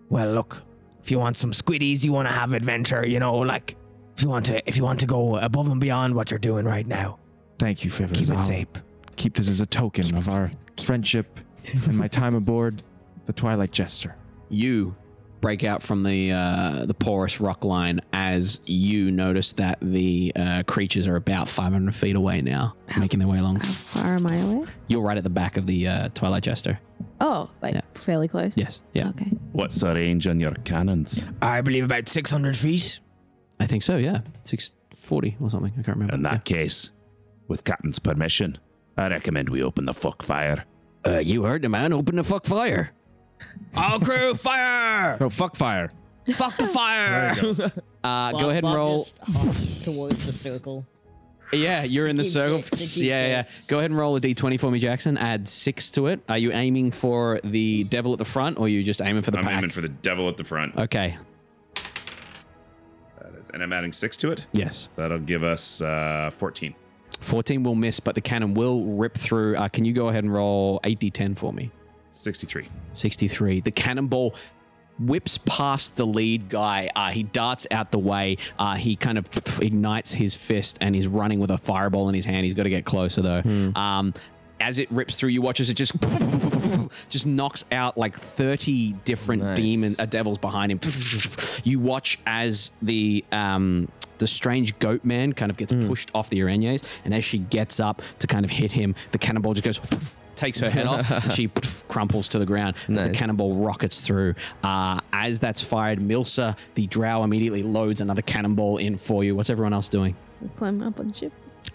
[SPEAKER 6] Well, look, if you want some squiddies, you want to have adventure, you know, like if you want to if you want to go above and beyond what you're doing right now,
[SPEAKER 8] Thank you, Fivers.
[SPEAKER 6] keep it
[SPEAKER 8] I'll
[SPEAKER 6] safe.
[SPEAKER 8] Keep this as a token of our friendship and my time aboard the Twilight Jester.
[SPEAKER 2] you break out from the uh, the porous rock line as you notice that the uh, creatures are about 500 feet away now, making their way along.
[SPEAKER 3] How far am I away?
[SPEAKER 2] You're right at the back of the uh, Twilight Jester.
[SPEAKER 3] Oh, like
[SPEAKER 2] Yeah.
[SPEAKER 3] fairly close.
[SPEAKER 2] Yes. Yeah.
[SPEAKER 3] Okay.
[SPEAKER 4] What's the range on your cannons?
[SPEAKER 6] I believe about 600 feet.
[SPEAKER 2] I think so. Yeah. 640 or something. I can't remember.
[SPEAKER 4] In that case, with Captain's permission, I recommend we open the fuck fire.
[SPEAKER 2] Yeah. Uh, you heard the man. Open the fuck fire.
[SPEAKER 6] All crew, fire!
[SPEAKER 8] No, fuck fire.
[SPEAKER 6] Fuck the fire!
[SPEAKER 2] Uh, go ahead and roll.
[SPEAKER 5] towards the circle.
[SPEAKER 2] Yeah, you're in the
[SPEAKER 5] keep
[SPEAKER 2] circle.
[SPEAKER 5] safe, to keep
[SPEAKER 2] yeah, yeah. Go ahead and roll a d20 for me, Jackson. Add six to it. Are you aiming for the devil at the front, or are you just aiming for the
[SPEAKER 4] I'm
[SPEAKER 2] pack?
[SPEAKER 4] aiming for the devil at the front.
[SPEAKER 2] okay.
[SPEAKER 4] That is- and I'm adding six to it.
[SPEAKER 2] Yes.
[SPEAKER 4] That'll give us uh, 14.
[SPEAKER 2] 14 will miss, but the cannon will rip through. Uh, can you go ahead and roll 8d10 for me?
[SPEAKER 4] 63.
[SPEAKER 2] 63. The cannonball whips past the lead guy. Uh, he darts out the way. Uh, he kind of ignites his fist and he's running with a fireball in his hand. He's got to get closer though. Um, as it rips through, you watch as it just just knocks out like 30 different
[SPEAKER 7] Nice.
[SPEAKER 2] demons, uh, devils behind him. You watch as the um, the strange goat man kind of gets
[SPEAKER 7] Hmm.
[SPEAKER 2] pushed off the Iranians, and as she gets up to kind of hit him, the cannonball just goes. Takes her head off and she crumples to the ground as the
[SPEAKER 7] Nice.
[SPEAKER 2] cannonball rockets through. Uh, as that's fired, Milsa, the drow, immediately loads another cannonball in for you. What's everyone else doing?
[SPEAKER 3] Climb up on the ship.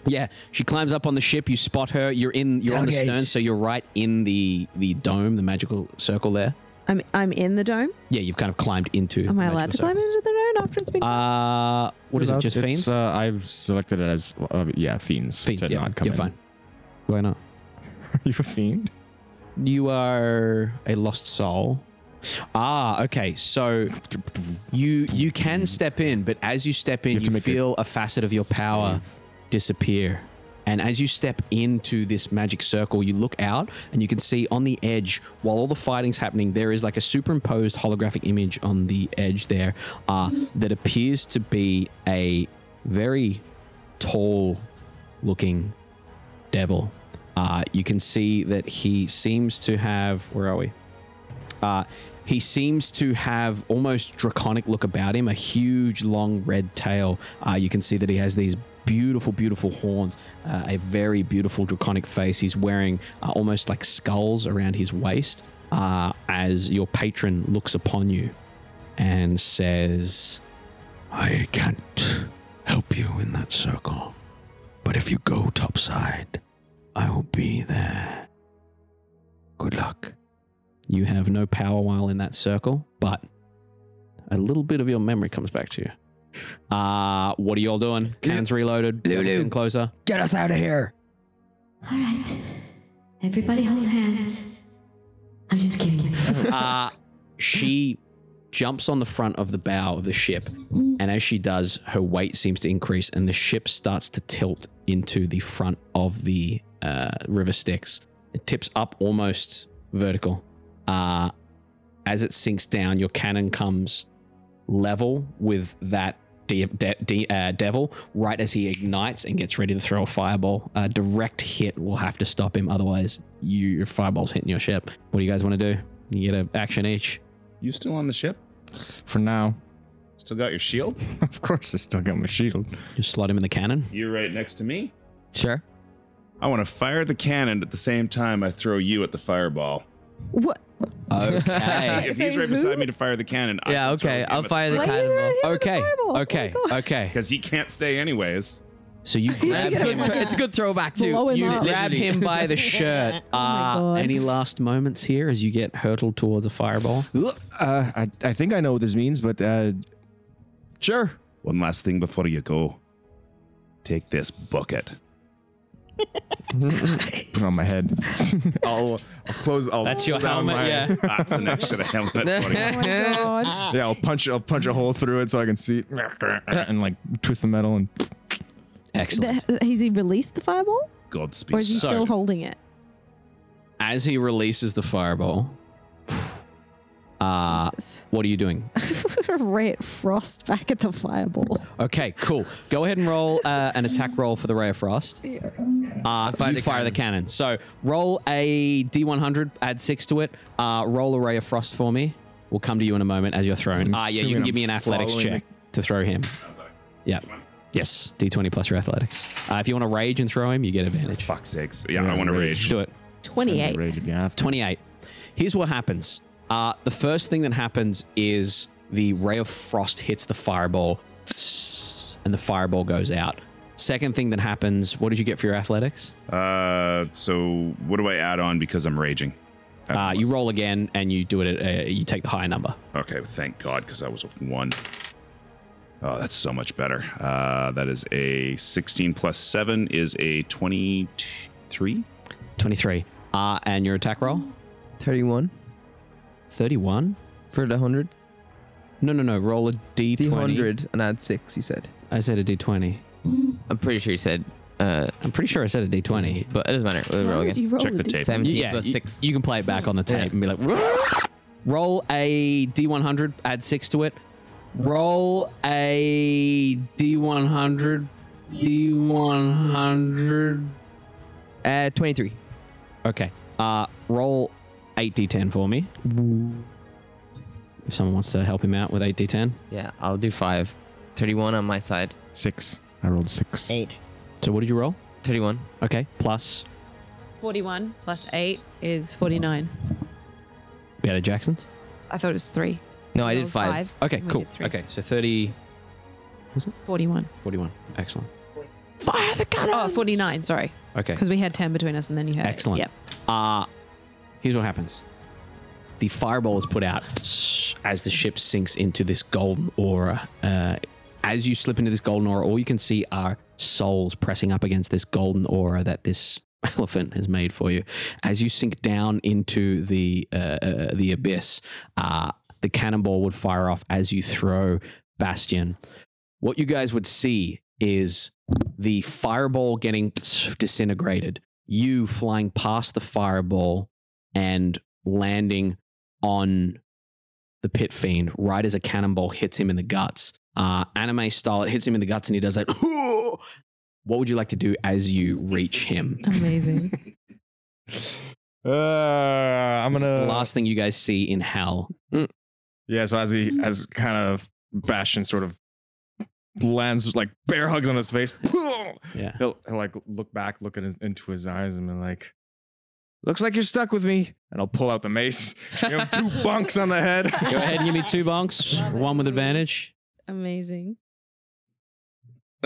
[SPEAKER 2] Yeah, she climbs up on the ship. You spot her. You're in. You're on the
[SPEAKER 6] Tailgate.
[SPEAKER 2] stern, so you're right in the the dome, the magical circle there.
[SPEAKER 3] I'm I'm in the dome.
[SPEAKER 2] Yeah, you've kind of climbed into.
[SPEAKER 3] Am
[SPEAKER 2] the
[SPEAKER 3] I allowed to
[SPEAKER 2] magical
[SPEAKER 3] climb into the dome after it's been?
[SPEAKER 2] circle. Uh, what is it?
[SPEAKER 8] Without-
[SPEAKER 2] Just
[SPEAKER 8] it's,
[SPEAKER 2] fiends.
[SPEAKER 8] Uh, I've selected it as uh, yeah, fiends.
[SPEAKER 2] fiends.
[SPEAKER 8] To
[SPEAKER 2] Yeah,
[SPEAKER 8] not come
[SPEAKER 2] you're
[SPEAKER 8] in.
[SPEAKER 2] fine. Why not?
[SPEAKER 8] Are you a fiend?
[SPEAKER 2] You are a lost soul. Ah, okay. So you you can step in, but as you step in,
[SPEAKER 8] have to
[SPEAKER 2] you,
[SPEAKER 8] make a
[SPEAKER 2] feel a facet of your power disappear. And as you step into this magic circle, you look out and you can see on the edge, while all the fighting's happening, there is like a superimposed holographic image on the edge there uh, that appears to be a very tall looking devil. Uh, you can see that he seems to have. Where are we? Uh, he seems to have almost draconic look about him, a huge, long red tail. Uh, you can see that he has these beautiful, beautiful horns, uh, a very beautiful draconic face. He's wearing uh, almost like skulls around his waist uh, as your patron looks upon you and says, I can't help you in that circle, but if you go topside, I will be there. Good luck. You have no power while in that circle, but a little bit of your memory comes back to you. Uh, what are y'all doing? Cannons reloaded.
[SPEAKER 6] Lulu.
[SPEAKER 2] guns getting closer.
[SPEAKER 6] Get us out of here.
[SPEAKER 10] All right. Everybody hold hands. I'm just kidding.
[SPEAKER 2] Uh, she jumps on the front of the bow of the ship, and as she does, her weight seems to increase, and the ship starts to tilt into the front of the uh, river Styx. It tips up almost vertical. Uh, as it sinks down, your cannon comes level with that de- de- de- uh, devil right as he ignites and gets ready to throw a fireball. A direct hit will have to stop him, otherwise, you, your fireball's hitting your ship. What do you guys want to do? You get an action each.
[SPEAKER 4] You still on the ship?
[SPEAKER 8] For now,
[SPEAKER 4] Still got your shield?
[SPEAKER 8] of course, I still got my shield.
[SPEAKER 2] Just slot him in the cannon.
[SPEAKER 4] You're right next to me.
[SPEAKER 7] sure.
[SPEAKER 4] I want to fire the cannon at the same time I throw you at the fireball.
[SPEAKER 3] What?
[SPEAKER 2] Okay.
[SPEAKER 4] If he's right beside me to fire the cannon, I
[SPEAKER 7] Yeah, okay. I'll fire the
[SPEAKER 3] Why are you throwing
[SPEAKER 7] cannon. as well.
[SPEAKER 3] him in the
[SPEAKER 2] okay.
[SPEAKER 3] Bible? Oh my
[SPEAKER 2] Okay.
[SPEAKER 3] God.
[SPEAKER 2] Okay.
[SPEAKER 4] because he can't stay anyways.
[SPEAKER 2] So you grab
[SPEAKER 7] It's a
[SPEAKER 2] him.
[SPEAKER 7] good thro- it's a good throwback too.
[SPEAKER 2] You
[SPEAKER 7] You
[SPEAKER 2] grab him by the shirt.
[SPEAKER 3] Oh
[SPEAKER 2] Ah, any last moments here as you get hurtled towards a fireball?
[SPEAKER 8] Uh, I, I think I know what this means, but uh, sure.
[SPEAKER 4] One last thing before you go. Take this bucket.
[SPEAKER 8] Put it on my head. I'll, uh, I'll close. I'll
[SPEAKER 2] That's your
[SPEAKER 8] pull down
[SPEAKER 2] helmet,
[SPEAKER 8] my-
[SPEAKER 2] yeah. Oh
[SPEAKER 4] That's an extra helmet.
[SPEAKER 3] Oh
[SPEAKER 8] Yeah, I'll punch. I'll punch a hole through it so I can see, it. and like twist the metal and.
[SPEAKER 2] Excellent.
[SPEAKER 3] Th- Has he released the fireball?
[SPEAKER 4] Godspeed.
[SPEAKER 3] Or is he
[SPEAKER 2] So-
[SPEAKER 3] still holding it?
[SPEAKER 2] As he releases the fireball, uh, what are you doing?
[SPEAKER 3] Ray at Frost back at the fireball.
[SPEAKER 2] Okay, cool. Go ahead and roll uh, an attack roll for the Ray of Frost. Uh, you fire the cannon. So roll a D100, add six to it. Uh, roll a Ray of Frost for me. We'll come to you in a moment as you're thrown. Ah, yeah, you
[SPEAKER 8] assuming
[SPEAKER 2] can give me an
[SPEAKER 8] I'm
[SPEAKER 2] athletics
[SPEAKER 8] following the-
[SPEAKER 2] check to throw him. Yeah. Yes, D20 plus your athletics. Uh, if you want to rage and throw him, you get advantage.
[SPEAKER 4] Fuck's sakes. Yeah, I want to rage.
[SPEAKER 2] Do it.
[SPEAKER 3] 28.
[SPEAKER 8] Yeah.
[SPEAKER 2] 28. Here's what happens. Uh, the first thing that happens is the ray of frost hits the fireball, and the fireball goes out. Second thing that happens, what did you get for your athletics?
[SPEAKER 4] Uh, so what do I add on because I'm raging?
[SPEAKER 2] Uh, you roll again, and you do it. At, uh, you take the higher number.
[SPEAKER 4] Okay, thank God, because that was a one. Oh, that's so much better. Uh, that is a 16 plus 7 is a 23.
[SPEAKER 2] 23. Uh, and your attack roll?
[SPEAKER 7] 31
[SPEAKER 2] 31.
[SPEAKER 7] for the 100.
[SPEAKER 2] No, no, no. Roll a d20.
[SPEAKER 7] D100 and add 6, you said.
[SPEAKER 2] I said a d20.
[SPEAKER 7] I'm pretty sure you said, uh,
[SPEAKER 2] I'm pretty sure I said a d20.
[SPEAKER 7] but it doesn't matter. We'll roll
[SPEAKER 3] Why would
[SPEAKER 7] again.
[SPEAKER 3] you roll
[SPEAKER 4] Check the
[SPEAKER 3] D-
[SPEAKER 4] tape.
[SPEAKER 7] 17
[SPEAKER 2] Yeah,
[SPEAKER 7] plus
[SPEAKER 2] you,
[SPEAKER 7] 6.
[SPEAKER 2] you can play it back on the tape and be like, "Whoa." roll a d100, add six to it. Roll a d100, d100.
[SPEAKER 7] uh, 23.
[SPEAKER 2] Okay. Uh, roll eight d10 for me. If someone wants to help him out with eight d10.
[SPEAKER 7] Yeah, I'll do 5. 31 on my side.
[SPEAKER 8] Six. I rolled six.
[SPEAKER 5] Eight.
[SPEAKER 2] So what did you roll?
[SPEAKER 7] 31.
[SPEAKER 2] Okay, plus.
[SPEAKER 3] 41 plus 8 is 49.
[SPEAKER 2] We added Jackson's.
[SPEAKER 3] I thought it was 3.
[SPEAKER 7] No, I
[SPEAKER 3] You
[SPEAKER 7] did
[SPEAKER 3] rolled
[SPEAKER 7] 5.
[SPEAKER 2] Okay,
[SPEAKER 3] and we
[SPEAKER 2] cool.
[SPEAKER 3] did three.
[SPEAKER 2] Okay, so 30,
[SPEAKER 3] 41.
[SPEAKER 2] 41. Excellent.
[SPEAKER 7] Fire the cannon!
[SPEAKER 3] Oh, 49, sorry.
[SPEAKER 2] Okay.
[SPEAKER 3] Because we had 10 between us and then you had.
[SPEAKER 2] Excellent.
[SPEAKER 3] Yep.
[SPEAKER 2] Uh, here's what happens. The fireball is put out as the ship sinks into this golden aura. Uh, as you slip into this golden aura, all you can see are souls pressing up against this golden aura that this elephant has made for you. As you sink down into the uh, uh, the abyss, uh, the cannonball would fire off as you throw Bastion. What you guys would see is the fireball getting disintegrated, you flying past the fireball and landing on the pit fiend right as a cannonball hits him in the guts. Uh, anime style, it hits him in the guts and he does that. What would you like to do as you reach him?
[SPEAKER 3] Amazing.
[SPEAKER 8] Uh, I'm
[SPEAKER 2] This is
[SPEAKER 8] gonna.
[SPEAKER 2] the last thing you guys see in hell.
[SPEAKER 8] Mm. Yeah, so as he as kind of Bastion sort of lands like bear hugs on his face,
[SPEAKER 2] Yeah.
[SPEAKER 8] he'll, he'll like look back, look at his, into his eyes, and be like, "Looks like you're stuck with me." And I'll pull out the mace, give him two bunks on the head.
[SPEAKER 2] Go ahead and give me two bonks, one with advantage.
[SPEAKER 3] Amazing.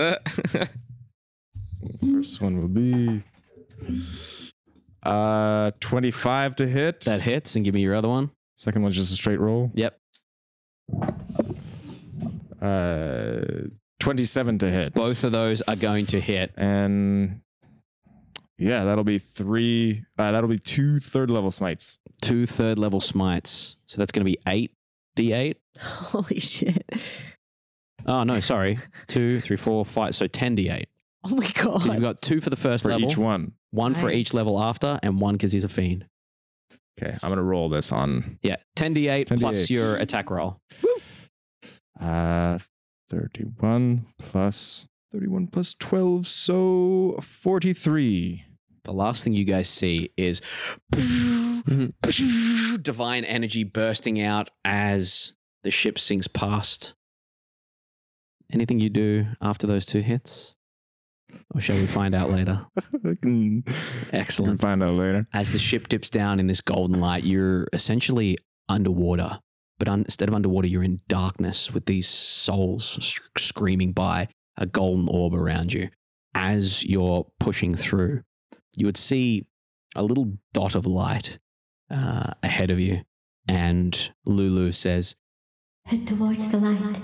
[SPEAKER 8] First one will be uh 25 to hit.
[SPEAKER 2] That hits, and give me your other one.
[SPEAKER 8] Second one's just a straight roll.
[SPEAKER 2] Yep.
[SPEAKER 8] Uh, 27 to hit.
[SPEAKER 2] Both of those are going to hit.
[SPEAKER 8] and yeah, that'll be three. Uh, that'll be two third level smites.
[SPEAKER 2] Two third level smites. So that's going to be eight d8.
[SPEAKER 3] Holy shit.
[SPEAKER 2] Oh no, sorry. Two, three, four, five. So ten d8.
[SPEAKER 3] Oh my
[SPEAKER 2] 'Cause You've
[SPEAKER 3] god.
[SPEAKER 2] got two for the first
[SPEAKER 8] for
[SPEAKER 2] level,
[SPEAKER 8] each one.
[SPEAKER 2] one for each
[SPEAKER 3] Nice.
[SPEAKER 2] level after, and one because he's a fiend.
[SPEAKER 8] Okay, I'm gonna roll this on
[SPEAKER 2] Yeah, ten d8 plus
[SPEAKER 8] 10d8.
[SPEAKER 2] your attack roll.
[SPEAKER 8] uh 31 plus 31 plus 12, so 43.
[SPEAKER 2] The last thing you guys see is divine energy bursting out as the ship sinks past. Anything you do after those two hits, or shall we find out later?
[SPEAKER 8] I can, we can
[SPEAKER 2] Excellent.
[SPEAKER 8] find out later.
[SPEAKER 2] As the ship dips down in this golden light, you're essentially underwater. But un- instead of underwater, you're in darkness with these souls sc- screaming by a golden orb around you. as you're pushing through, you would see a little dot of light uh, ahead of you. And Lulu says,
[SPEAKER 10] Head towards the light.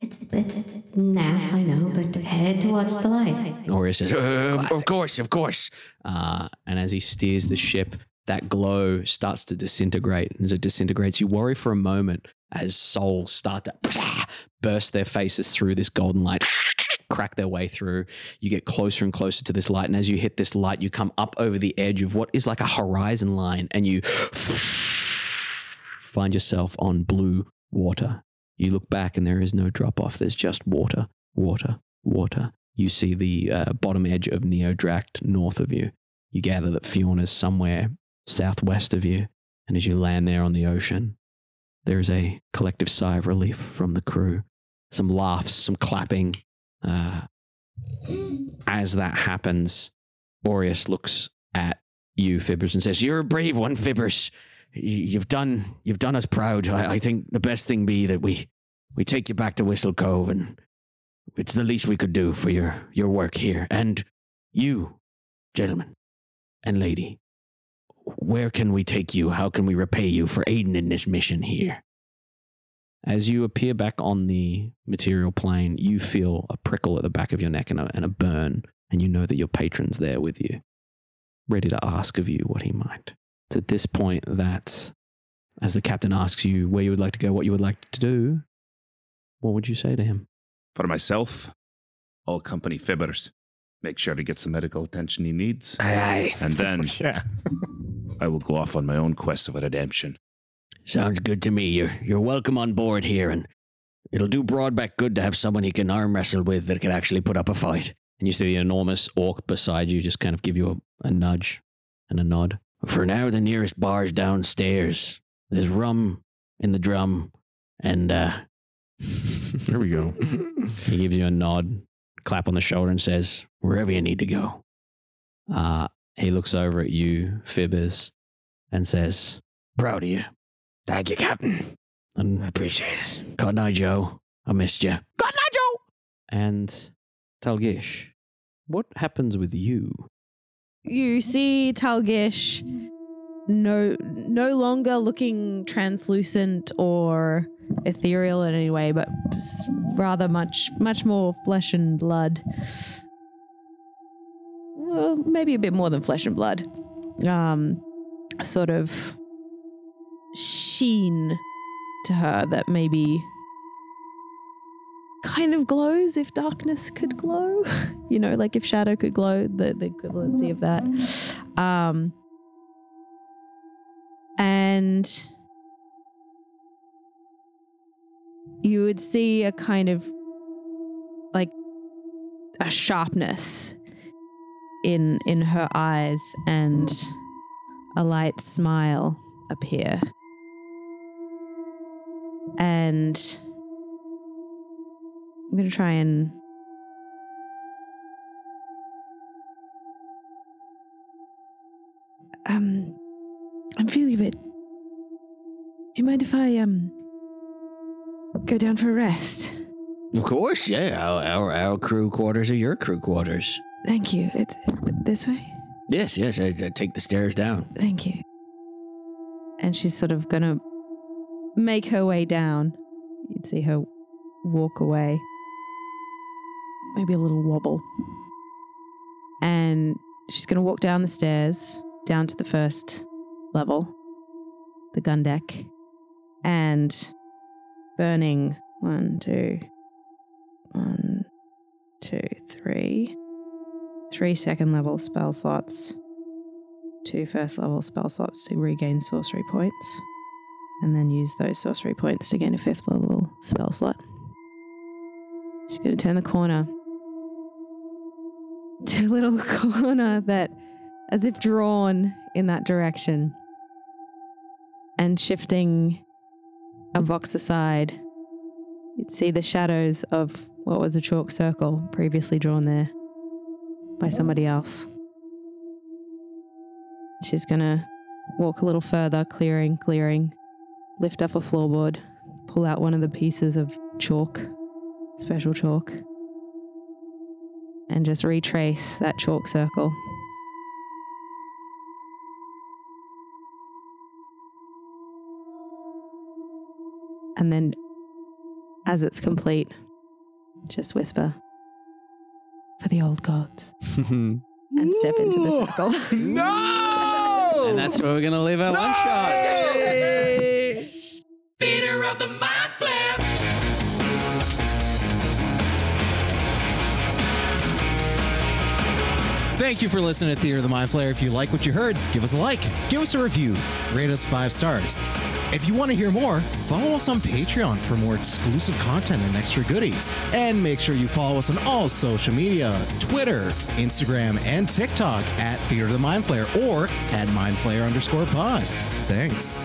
[SPEAKER 10] It's, it's, it's naff, I know, but head towards the light.
[SPEAKER 2] Noria says, "Uh, of- Of course, of course. Uh, and as he steers the ship, that glow starts to disintegrate. And as it disintegrates, you worry for a moment as souls start to burst their faces through this golden light, crack their way through. You get closer and closer to this light. And as you hit this light, you come up over the edge of what is like a horizon line and you find yourself on blue water. You look back and there is no drop off. There's just water, water, water. You see the uh, bottom edge of Neodract north of you. You gather that Fiona's somewhere southwest of you. And as you land there on the ocean, there is a collective sigh of relief from the crew. Some laughs, some clapping. Uh, as that happens, Aureus looks at you, Fibbers, and says,
[SPEAKER 9] You're a brave one, Fibbers. Y- You've done you've done us proud. I, I think the best thing be that we we take you back to Whistle Cove, and it's the least we could do for your your work here. And you, gentlemen and lady, where can we take you? How can we repay you for aiding in this mission here?
[SPEAKER 2] As you appear back on the material plane, you feel a prickle at the back of your neck and a, and a burn, and you know that your patron's there with you, ready to ask of you what he might. It's at this point that, as the captain asks you where you would like to go, what you would like to do, what would you say to him?
[SPEAKER 4] For myself, all company fibbers, make sure to get some medical attention he needs.
[SPEAKER 9] Aye, aye.
[SPEAKER 4] And then I will go off on my own quest of redemption.
[SPEAKER 9] Sounds good to me. You're you're welcome on board here, and it'll do Broadback good to have someone he can arm wrestle with that can actually put up a fight.
[SPEAKER 2] And you see the enormous orc beside you just kind of give you a, a nudge and a nod.
[SPEAKER 9] For now, the nearest bar's downstairs. There's rum in the drum, and uh,
[SPEAKER 2] There we go. he gives you a nod, clap on the shoulder, and says, Wherever you need to go. Uh, he looks over at you, Fibbers, and says,
[SPEAKER 9] proud of you. Thank you, Captain.
[SPEAKER 2] And
[SPEAKER 9] Appreciate it. God night, Joe. I missed you.
[SPEAKER 2] God Nigel! And Talgish, what happens with you?
[SPEAKER 3] You see Talgish no no longer looking translucent or ethereal in any way, but s- rather much much more flesh and blood. Well, maybe a bit more than flesh and blood. Um, sort of sheen to her that maybe kind of glows if darkness could glow. you know, like if shadow could glow, the, the equivalency of that. Um, and you would see a kind of like a sharpness in in her eyes and a light smile appear. And I'm gonna try and um I'm feeling a bit Do you mind if I um go down for a rest?
[SPEAKER 9] Of course, yeah. Our, our, our crew quarters are your crew quarters.
[SPEAKER 3] Thank you. It's this way.
[SPEAKER 9] Yes, yes. I, I take the stairs down.
[SPEAKER 3] Thank you. And she's sort of gonna make her way down. You'd see her walk away. Maybe a little wobble. And she's gonna walk down the stairs, down to the first level, the gun deck. And burning one, two, one, two, three. Three second level spell slots two first level spell slots to regain sorcery points, and then use those sorcery points to gain a fifth level spell slot. She's going to turn the corner to a little corner that, as if drawn in that direction, and shifting a box aside, you'd see the shadows of what was a chalk circle previously drawn there by somebody else. She's gonna walk a little further, clearing, clearing, lift up a floorboard, pull out one of the pieces of chalk, special chalk, and just retrace that chalk circle. And then, as it's complete, just whisper for the old gods
[SPEAKER 2] and
[SPEAKER 3] step into the circle.
[SPEAKER 8] no!
[SPEAKER 2] that's where we're going to leave our one shot.
[SPEAKER 1] Theater of the Mind Flip.
[SPEAKER 12] Thank you for listening to Theater of the Mind Flayer. If you like what you heard, give us a like, give us a review, rate us five stars. If you want to hear more, follow us on Patreon for more exclusive content and extra goodies. And make sure you follow us on all social media Twitter, Instagram, and TikTok at Theater of the Mind Flayer or at Mind Flayer underscore pod. Thanks.